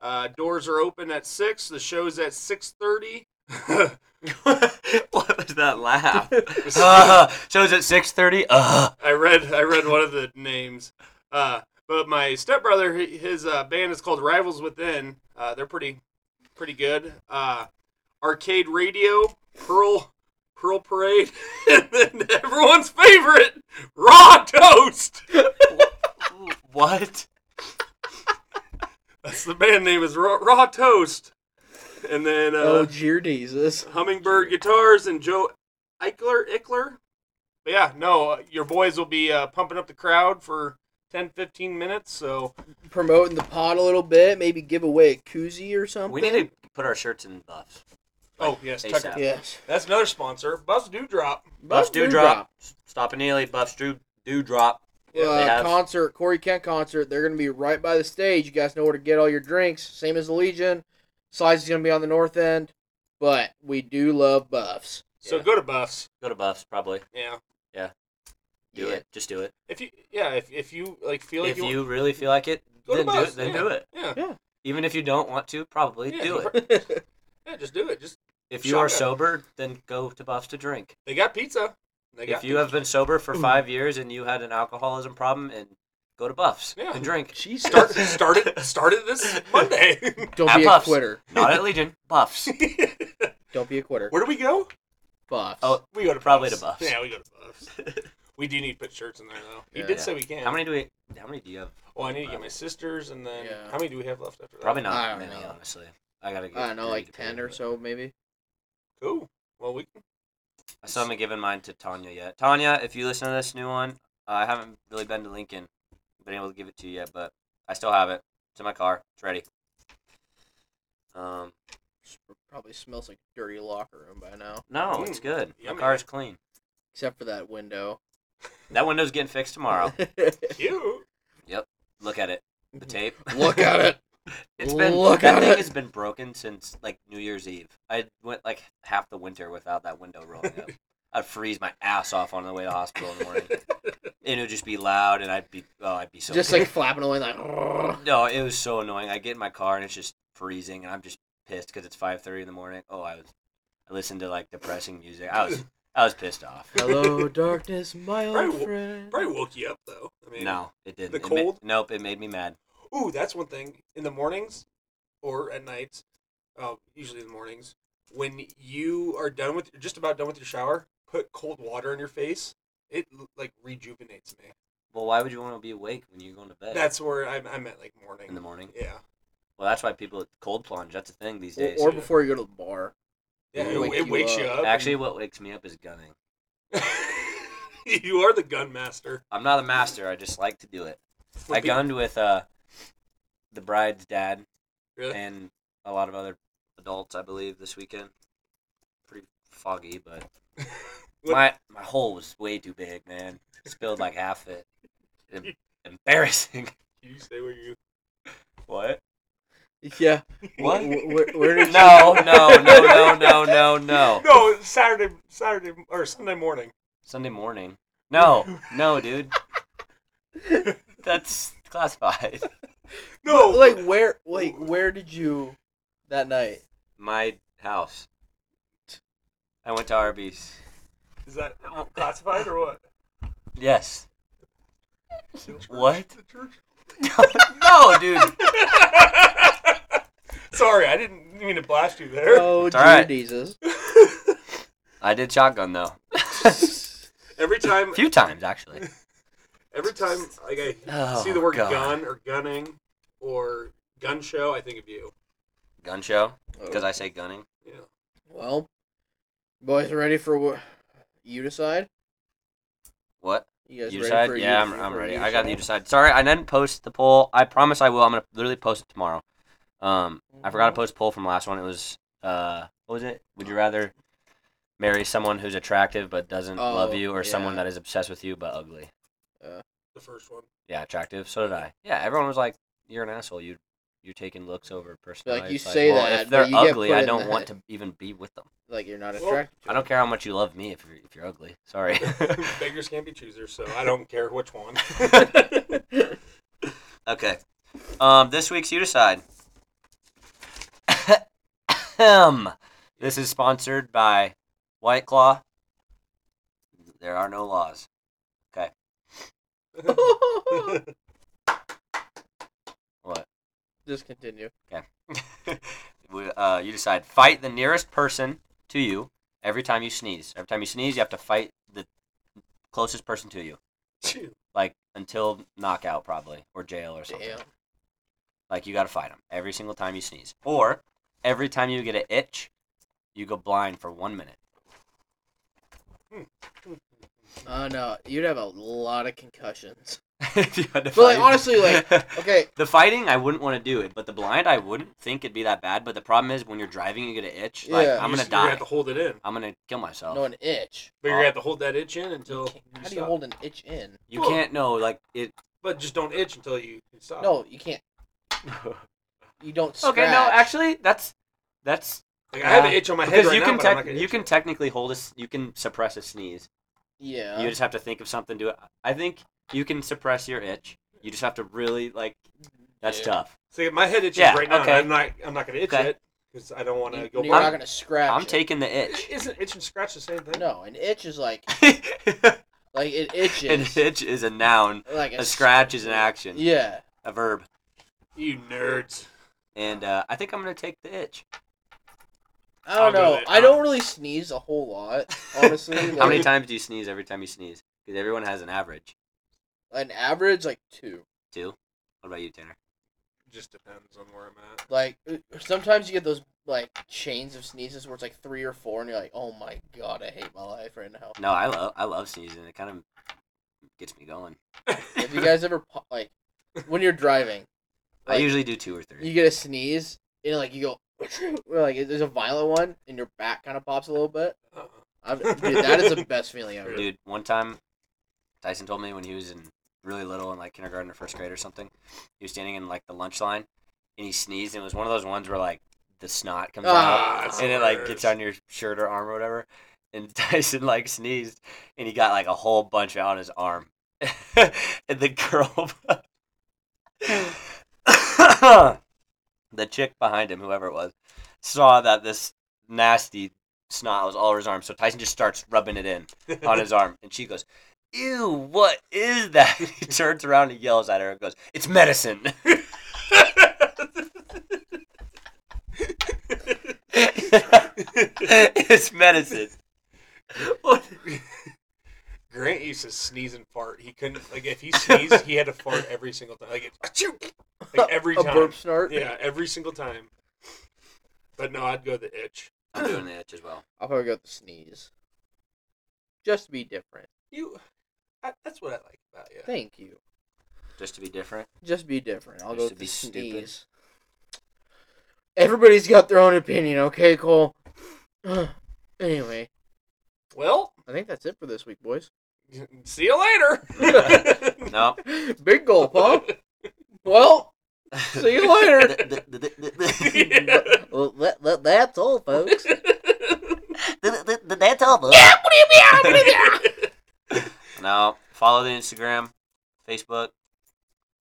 [SPEAKER 3] Uh, doors are open at six. The show's at six thirty. Ah,
[SPEAKER 1] what was that laugh? uh, so is it six thirty? Uh,
[SPEAKER 3] I read I read one of the names. Uh, but my stepbrother, hi- his uh, band is called Rivals Within. Uh, they're pretty pretty good. Uh, Arcade Radio, Pearl Pearl Parade, and then everyone's favorite Raw Toast.
[SPEAKER 1] what?
[SPEAKER 3] That's the band name is Raw, Raw Toast. And then uh,
[SPEAKER 2] oh, dear Jesus.
[SPEAKER 3] Hummingbird Guitars and Joe Eichler. Ickler. But yeah, no, uh, your boys will be uh, pumping up the crowd for 10, 15 minutes. So
[SPEAKER 2] Promoting the pod a little bit. Maybe give away a koozie or something.
[SPEAKER 1] We need to put our shirts in buffs.
[SPEAKER 3] Oh yes,
[SPEAKER 1] ASAP.
[SPEAKER 3] Tucker.
[SPEAKER 2] Yes.
[SPEAKER 3] That's another sponsor, Buffs Do Drop.
[SPEAKER 1] Buffs
[SPEAKER 2] Buff
[SPEAKER 1] do drop. Stop and nearly Buffs do do drop.
[SPEAKER 3] Yeah,
[SPEAKER 1] they
[SPEAKER 2] uh,
[SPEAKER 1] have-
[SPEAKER 2] concert, Corey Kent concert. They're going to be right by the stage. You guys know where to get all your drinks. Same as the Legion. Slides is going to be on the north end, but we do love buffs.
[SPEAKER 3] So
[SPEAKER 1] Yeah.
[SPEAKER 3] go to Buffs.
[SPEAKER 1] Go to Buffs probably.
[SPEAKER 3] Yeah.
[SPEAKER 1] Do
[SPEAKER 2] Yeah.
[SPEAKER 1] it. Just do it.
[SPEAKER 3] If you yeah, if, if you like feel like
[SPEAKER 1] if you, really feel like it,
[SPEAKER 3] Go to
[SPEAKER 1] then do
[SPEAKER 3] Buffs,
[SPEAKER 1] it. Then
[SPEAKER 3] yeah.
[SPEAKER 1] do it.
[SPEAKER 3] want, yeah.
[SPEAKER 1] Even if you don't want to, probably
[SPEAKER 3] Yeah,
[SPEAKER 1] do
[SPEAKER 3] you
[SPEAKER 1] it.
[SPEAKER 3] Yeah, just do it. Just
[SPEAKER 1] If you are
[SPEAKER 3] Shotgun.
[SPEAKER 1] sober, then go to Buffs to drink.
[SPEAKER 3] they got pizza. They got
[SPEAKER 1] If you have been sober for five years and you had an alcoholism problem, and go to Buffs
[SPEAKER 3] Yeah.
[SPEAKER 1] and drink.
[SPEAKER 2] Jeez.
[SPEAKER 3] start started started this Monday.
[SPEAKER 2] Don't
[SPEAKER 1] At
[SPEAKER 2] be
[SPEAKER 1] Buffs.
[SPEAKER 2] a quitter.
[SPEAKER 1] Not at Legion, Buffs.
[SPEAKER 2] Don't be a quitter.
[SPEAKER 3] Where do we go?
[SPEAKER 2] Buffs.
[SPEAKER 1] Oh,
[SPEAKER 3] We go to
[SPEAKER 1] Probably to Buffs.
[SPEAKER 3] Yeah, we go to Buffs. we do need to put shirts in there though. He
[SPEAKER 2] Yeah.
[SPEAKER 3] did
[SPEAKER 1] Yeah.
[SPEAKER 3] say we can.
[SPEAKER 1] how many do we? How many do you have?
[SPEAKER 3] Well, I need to get my sisters, and then
[SPEAKER 2] Yeah.
[SPEAKER 3] how many do we have left after that?
[SPEAKER 1] Probably
[SPEAKER 2] I
[SPEAKER 1] not
[SPEAKER 2] don't
[SPEAKER 1] many,
[SPEAKER 2] know.
[SPEAKER 1] honestly. I gotta. Get
[SPEAKER 2] I don't know,
[SPEAKER 1] three
[SPEAKER 2] like
[SPEAKER 1] to
[SPEAKER 2] ten
[SPEAKER 1] prove
[SPEAKER 2] or
[SPEAKER 1] it.
[SPEAKER 2] so, maybe.
[SPEAKER 3] Cool. Well, we
[SPEAKER 1] I still haven't given mine to Tanya yet. Tanya, if you listen to this new one, I haven't really been to Lincoln, been able to give it to you yet, but I still have it. It's in my car. It's ready. Um,
[SPEAKER 2] Probably smells like a dirty locker room by now,
[SPEAKER 1] no,
[SPEAKER 3] Mm,
[SPEAKER 1] it's good.
[SPEAKER 3] yummy.
[SPEAKER 1] My car's clean.
[SPEAKER 2] except for that window.
[SPEAKER 1] That window's getting fixed tomorrow.
[SPEAKER 3] cute.
[SPEAKER 1] Look at it. The tape.
[SPEAKER 2] Look at it.
[SPEAKER 1] It's been
[SPEAKER 2] Look
[SPEAKER 1] that
[SPEAKER 2] at
[SPEAKER 1] thing
[SPEAKER 2] it.
[SPEAKER 1] has been broken since like New Year's Eve. I went like half the winter without that window rolling up. I'd freeze my ass off on the way to hospital in the morning, and it would just be loud, and I'd be oh, I'd be so
[SPEAKER 2] Just like flapping away, like.
[SPEAKER 1] no, it was so annoying. I get in my car and it's just freezing, and I'm just pissed because it's five thirty in the morning. Oh, I was I listened to like depressing music. I was I was pissed off.
[SPEAKER 2] Hello, darkness, my
[SPEAKER 3] Probably
[SPEAKER 2] old
[SPEAKER 3] wo-
[SPEAKER 2] friend.
[SPEAKER 3] Probably woke you up though. I mean,
[SPEAKER 1] No, it didn't.
[SPEAKER 3] The
[SPEAKER 1] It ma-
[SPEAKER 3] cold?
[SPEAKER 1] nope, it made me mad.
[SPEAKER 3] Ooh, that's one thing. In the mornings or at nights, uh, usually in the mornings, when you are done with, just about done with your shower, put cold water on your face. It like rejuvenates me.
[SPEAKER 1] Well, why would you want to be awake when you're going to bed
[SPEAKER 3] That's where I, I meant like morning.
[SPEAKER 1] in the morning?
[SPEAKER 3] Yeah,
[SPEAKER 1] Well, that's why people cold plunge. That's a thing these
[SPEAKER 2] Or,
[SPEAKER 1] days.
[SPEAKER 2] or before you go to the bar.
[SPEAKER 3] yeah.
[SPEAKER 1] It'll
[SPEAKER 3] It,
[SPEAKER 2] wake
[SPEAKER 3] it
[SPEAKER 2] you
[SPEAKER 3] wakes
[SPEAKER 2] up.
[SPEAKER 3] you up.
[SPEAKER 1] Actually, what wakes me up is gunning.
[SPEAKER 3] and- you are the gun master.
[SPEAKER 1] I'm not a master. I just like to do it. I
[SPEAKER 3] Would be-
[SPEAKER 1] gunned with uh, the bride's dad
[SPEAKER 3] Really?
[SPEAKER 1] and a lot of other adults, I believe, this weekend. Pretty foggy, but
[SPEAKER 3] What-
[SPEAKER 1] my my hole was way too big, man. Spilled like half it. Em- embarrassing.
[SPEAKER 3] You say where you
[SPEAKER 1] What?
[SPEAKER 2] Yeah.
[SPEAKER 1] What?
[SPEAKER 2] Wh- wh- where, where did
[SPEAKER 1] No,
[SPEAKER 2] you-
[SPEAKER 1] no, no, no, no, no, no.
[SPEAKER 3] No, it's Saturday, Saturday or Sunday morning.
[SPEAKER 1] Sunday morning. No, no, dude. That's classified.
[SPEAKER 3] No,
[SPEAKER 2] Like where? Like where did you that night?
[SPEAKER 1] My house. I went to Arby's.
[SPEAKER 3] is that classified or what?
[SPEAKER 1] Yes.
[SPEAKER 3] The church-
[SPEAKER 1] What?
[SPEAKER 3] the church?
[SPEAKER 1] no, dude.
[SPEAKER 3] Sorry, I didn't mean to blast you there.
[SPEAKER 2] Oh,
[SPEAKER 1] It's all right.
[SPEAKER 2] Jesus.
[SPEAKER 1] I did shotgun though.
[SPEAKER 3] every time,
[SPEAKER 1] A few times actually.
[SPEAKER 3] every time, like I
[SPEAKER 1] Oh,
[SPEAKER 3] see the word
[SPEAKER 1] God.
[SPEAKER 3] gun or gunning or gun show, I think of you.
[SPEAKER 1] Gun show because I say gunning.
[SPEAKER 3] Yeah.
[SPEAKER 2] Well, boys, ready for what? You decide.
[SPEAKER 1] What?
[SPEAKER 2] You guys
[SPEAKER 1] you
[SPEAKER 2] ready
[SPEAKER 1] decide?
[SPEAKER 2] for
[SPEAKER 1] yeah,
[SPEAKER 2] you,
[SPEAKER 1] I'm, I'm
[SPEAKER 2] for
[SPEAKER 1] ready.
[SPEAKER 2] you
[SPEAKER 1] I got
[SPEAKER 2] decide?
[SPEAKER 1] you decide. Sorry, I didn't post the poll. I promise I will. I'm gonna literally post it tomorrow. Um, I forgot to
[SPEAKER 2] Mhm.
[SPEAKER 1] post a poll from last one. It was uh, what was it? Would you rather marry someone who's attractive but doesn't
[SPEAKER 2] Oh,
[SPEAKER 1] love you, or someone
[SPEAKER 2] yeah.
[SPEAKER 1] that is obsessed with you but ugly?
[SPEAKER 3] The first one.
[SPEAKER 1] Yeah, attractive. So did I. Yeah, everyone was like, "You're an asshole. You you're taking looks over personality."
[SPEAKER 2] you
[SPEAKER 1] It's
[SPEAKER 2] say
[SPEAKER 1] well,
[SPEAKER 2] that,
[SPEAKER 1] if
[SPEAKER 2] but
[SPEAKER 1] they're
[SPEAKER 2] you get
[SPEAKER 1] ugly,
[SPEAKER 2] put
[SPEAKER 1] I
[SPEAKER 2] in
[SPEAKER 1] don't
[SPEAKER 2] the
[SPEAKER 1] want
[SPEAKER 2] head.
[SPEAKER 1] to even be with them.
[SPEAKER 2] Like you're not
[SPEAKER 3] Well,
[SPEAKER 2] attracted. to
[SPEAKER 1] I
[SPEAKER 2] her.
[SPEAKER 1] don't care how much you love me if you're if you're ugly. Sorry.
[SPEAKER 3] Beggars can't be choosers, so I don't care which one.
[SPEAKER 1] Okay. Um, this week's you decide. Ahem. this is sponsored by White Claw. There are no laws. What?
[SPEAKER 2] Just continue.
[SPEAKER 1] We- uh, you decide. Fight the nearest person to you every time you sneeze. Every time you sneeze, you have to fight the closest person to you, like until knockout probably or jail or something.
[SPEAKER 2] Damn.
[SPEAKER 1] Like you got to fight them every single time you sneeze, or every time you get an itch, you go blind for one minute.
[SPEAKER 2] Uh, no, you'd have a lot of concussions.
[SPEAKER 1] If you had to
[SPEAKER 2] But, like,
[SPEAKER 1] fight-
[SPEAKER 2] honestly, like, Okay,
[SPEAKER 1] The fighting, I wouldn't want to do it, but the blind, I wouldn't think it'd be that bad. But the problem is when you're driving, you get an itch. Like
[SPEAKER 2] Yeah.
[SPEAKER 1] I'm
[SPEAKER 3] You
[SPEAKER 1] gonna
[SPEAKER 3] s- You're gonna
[SPEAKER 1] die.
[SPEAKER 3] have to hold it in,
[SPEAKER 1] I'm gonna kill myself.
[SPEAKER 2] no, an itch.
[SPEAKER 3] but you're gonna have to hold that itch in until.
[SPEAKER 2] How do you
[SPEAKER 3] stop.
[SPEAKER 2] hold an itch in?
[SPEAKER 1] you can't. No, like it.
[SPEAKER 3] But just don't itch until you you stop.
[SPEAKER 2] No, you can't. You don't. Scratch.
[SPEAKER 1] okay, no, actually, that's that's
[SPEAKER 3] like, I have an
[SPEAKER 1] Yeah.
[SPEAKER 3] itch on my head
[SPEAKER 1] Uh, because
[SPEAKER 3] right
[SPEAKER 1] you
[SPEAKER 3] now,
[SPEAKER 1] can
[SPEAKER 3] but I'm
[SPEAKER 1] tec-
[SPEAKER 3] not gonna
[SPEAKER 1] you
[SPEAKER 3] itch
[SPEAKER 1] can
[SPEAKER 3] it.
[SPEAKER 1] technically hold a s- you can suppress a sneeze.
[SPEAKER 2] Yeah.
[SPEAKER 1] You just have to think of something to it. I think you can suppress your itch. You just have to really like. That's
[SPEAKER 2] Yeah.
[SPEAKER 1] tough.
[SPEAKER 3] So if my head itches
[SPEAKER 1] Yeah,
[SPEAKER 3] right now.
[SPEAKER 1] okay.
[SPEAKER 3] and I'm not. I'm not gonna itch
[SPEAKER 1] Okay.
[SPEAKER 3] it because I don't want to
[SPEAKER 2] You-
[SPEAKER 3] go.
[SPEAKER 2] you're
[SPEAKER 3] blind.
[SPEAKER 2] not gonna scratch.
[SPEAKER 1] I'm
[SPEAKER 2] it.
[SPEAKER 1] taking the itch.
[SPEAKER 3] Isn't itch and scratch the same thing?
[SPEAKER 2] No, an itch is like
[SPEAKER 1] An
[SPEAKER 2] like it itches.
[SPEAKER 1] itch is a noun.
[SPEAKER 2] like
[SPEAKER 1] A scratch is an action.
[SPEAKER 2] Yeah.
[SPEAKER 1] A verb.
[SPEAKER 3] You nerds.
[SPEAKER 1] And uh, I think I'm gonna take the itch.
[SPEAKER 2] I
[SPEAKER 3] I'll
[SPEAKER 2] don't
[SPEAKER 3] go
[SPEAKER 2] know.
[SPEAKER 3] with it.
[SPEAKER 2] I don't really sneeze a whole lot, honestly.
[SPEAKER 1] How many
[SPEAKER 2] like,
[SPEAKER 1] times do you sneeze every time you sneeze? Because everyone has an average.
[SPEAKER 2] An average like two.
[SPEAKER 1] Two. What about you, Tanner?
[SPEAKER 3] Just depends on where I'm at.
[SPEAKER 2] Like uh, sometimes you get those like chains of sneezes where it's like three or four, and you're like, oh my god, I hate my life right now.
[SPEAKER 1] No, I love I love sneezing. It kind of gets me going.
[SPEAKER 2] Have you guys ever pu- like when you're driving,
[SPEAKER 1] I
[SPEAKER 2] Like-
[SPEAKER 1] usually do two or
[SPEAKER 2] you
[SPEAKER 1] three.
[SPEAKER 2] get a sneeze and like you go, or, like there's a violent one, and your back kind of pops a little bit.
[SPEAKER 3] Uh-uh.
[SPEAKER 2] I've, dude, that is the best feeling ever.
[SPEAKER 1] Dude, one time, Tyson told me when he was in really little in like kindergarten or first grade or something, he was standing in like the lunch line, and he sneezed. And it was one of those ones where like the snot comes out.
[SPEAKER 2] Ah,
[SPEAKER 3] that's
[SPEAKER 1] and
[SPEAKER 3] the
[SPEAKER 1] it like
[SPEAKER 3] worst.
[SPEAKER 1] gets on your shirt or arm or whatever. And Tyson like sneezed, and he got like a whole bunch out on his arm. and the girl, the chick behind him, whoever it was, saw that this nasty snot was all over his arm. So Tyson just starts rubbing it in on his arm, and she goes. Ew, what is that? He turns around and yells at her and goes, It's medicine. it's medicine. What?
[SPEAKER 3] Grant used to sneeze and fart. He couldn't like if he sneezed, he had to fart every single time. Like, it, like every
[SPEAKER 2] a
[SPEAKER 3] time.
[SPEAKER 2] burp snort.
[SPEAKER 3] Yeah, every single time. But no, I'd go the itch.
[SPEAKER 1] I'm doing the itch as well.
[SPEAKER 2] I'll probably go with the sneeze. Just to be different.
[SPEAKER 3] You, I, that's what I like about you.
[SPEAKER 2] Thank you.
[SPEAKER 1] Just to be different.
[SPEAKER 2] Just be different. I'll go
[SPEAKER 1] Just
[SPEAKER 2] with
[SPEAKER 1] to
[SPEAKER 2] the
[SPEAKER 1] be stupid.
[SPEAKER 2] sneeze. Everybody's got their own opinion, okay, Cole? anyway,
[SPEAKER 3] Well,
[SPEAKER 2] I think that's it for this week, boys.
[SPEAKER 3] see you later.
[SPEAKER 1] No.
[SPEAKER 2] Big gulp, huh? well, See you later.
[SPEAKER 4] well, that, that, that's all, folks. Th- th- th- that's all, folks.
[SPEAKER 1] no, follow the Instagram, Facebook.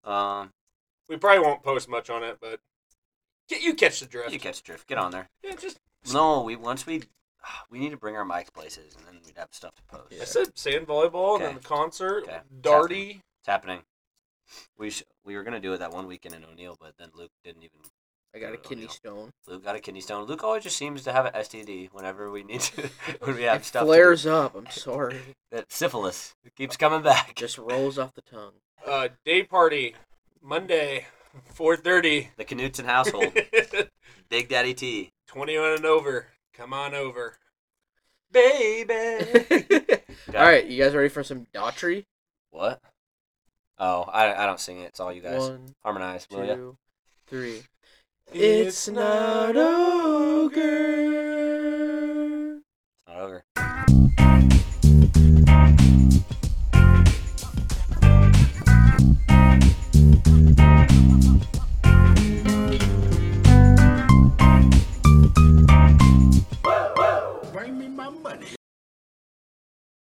[SPEAKER 1] Um,
[SPEAKER 3] we probably won't post much on it, but ca- you catch the drift.
[SPEAKER 1] you catch drift. Get on there.
[SPEAKER 3] yeah, just
[SPEAKER 1] No, we once we ah, we need to bring our mics places, and then we'd have stuff to post.
[SPEAKER 3] I said sand volleyball and then
[SPEAKER 1] Okay.
[SPEAKER 3] the concert,
[SPEAKER 1] Okay.
[SPEAKER 3] darty.
[SPEAKER 1] It's happening. We sh- we were gonna do it that one weekend in O'Neill, but then Luke didn't even.
[SPEAKER 2] I
[SPEAKER 1] Oh,
[SPEAKER 2] got a kidney stone.
[SPEAKER 1] Luke got a kidney stone. Luke always just seems to have an STD whenever we need to. when we have
[SPEAKER 2] it
[SPEAKER 1] stuff. to do.
[SPEAKER 2] flares up. I'm sorry.
[SPEAKER 1] That syphilis it keeps coming back.
[SPEAKER 2] Just rolls off the tongue.
[SPEAKER 3] Uh, day party, Monday, four thirty.
[SPEAKER 1] The Knutson household. Big Daddy T.
[SPEAKER 3] Twenty-one and over. Come on over, baby.
[SPEAKER 2] All right, you guys ready for some daughtry?
[SPEAKER 1] What? Oh, I, I don't sing it. It's all you guys
[SPEAKER 2] One,
[SPEAKER 1] harmonize, will ya?
[SPEAKER 2] two, three. It's not ogre.
[SPEAKER 1] It's not over.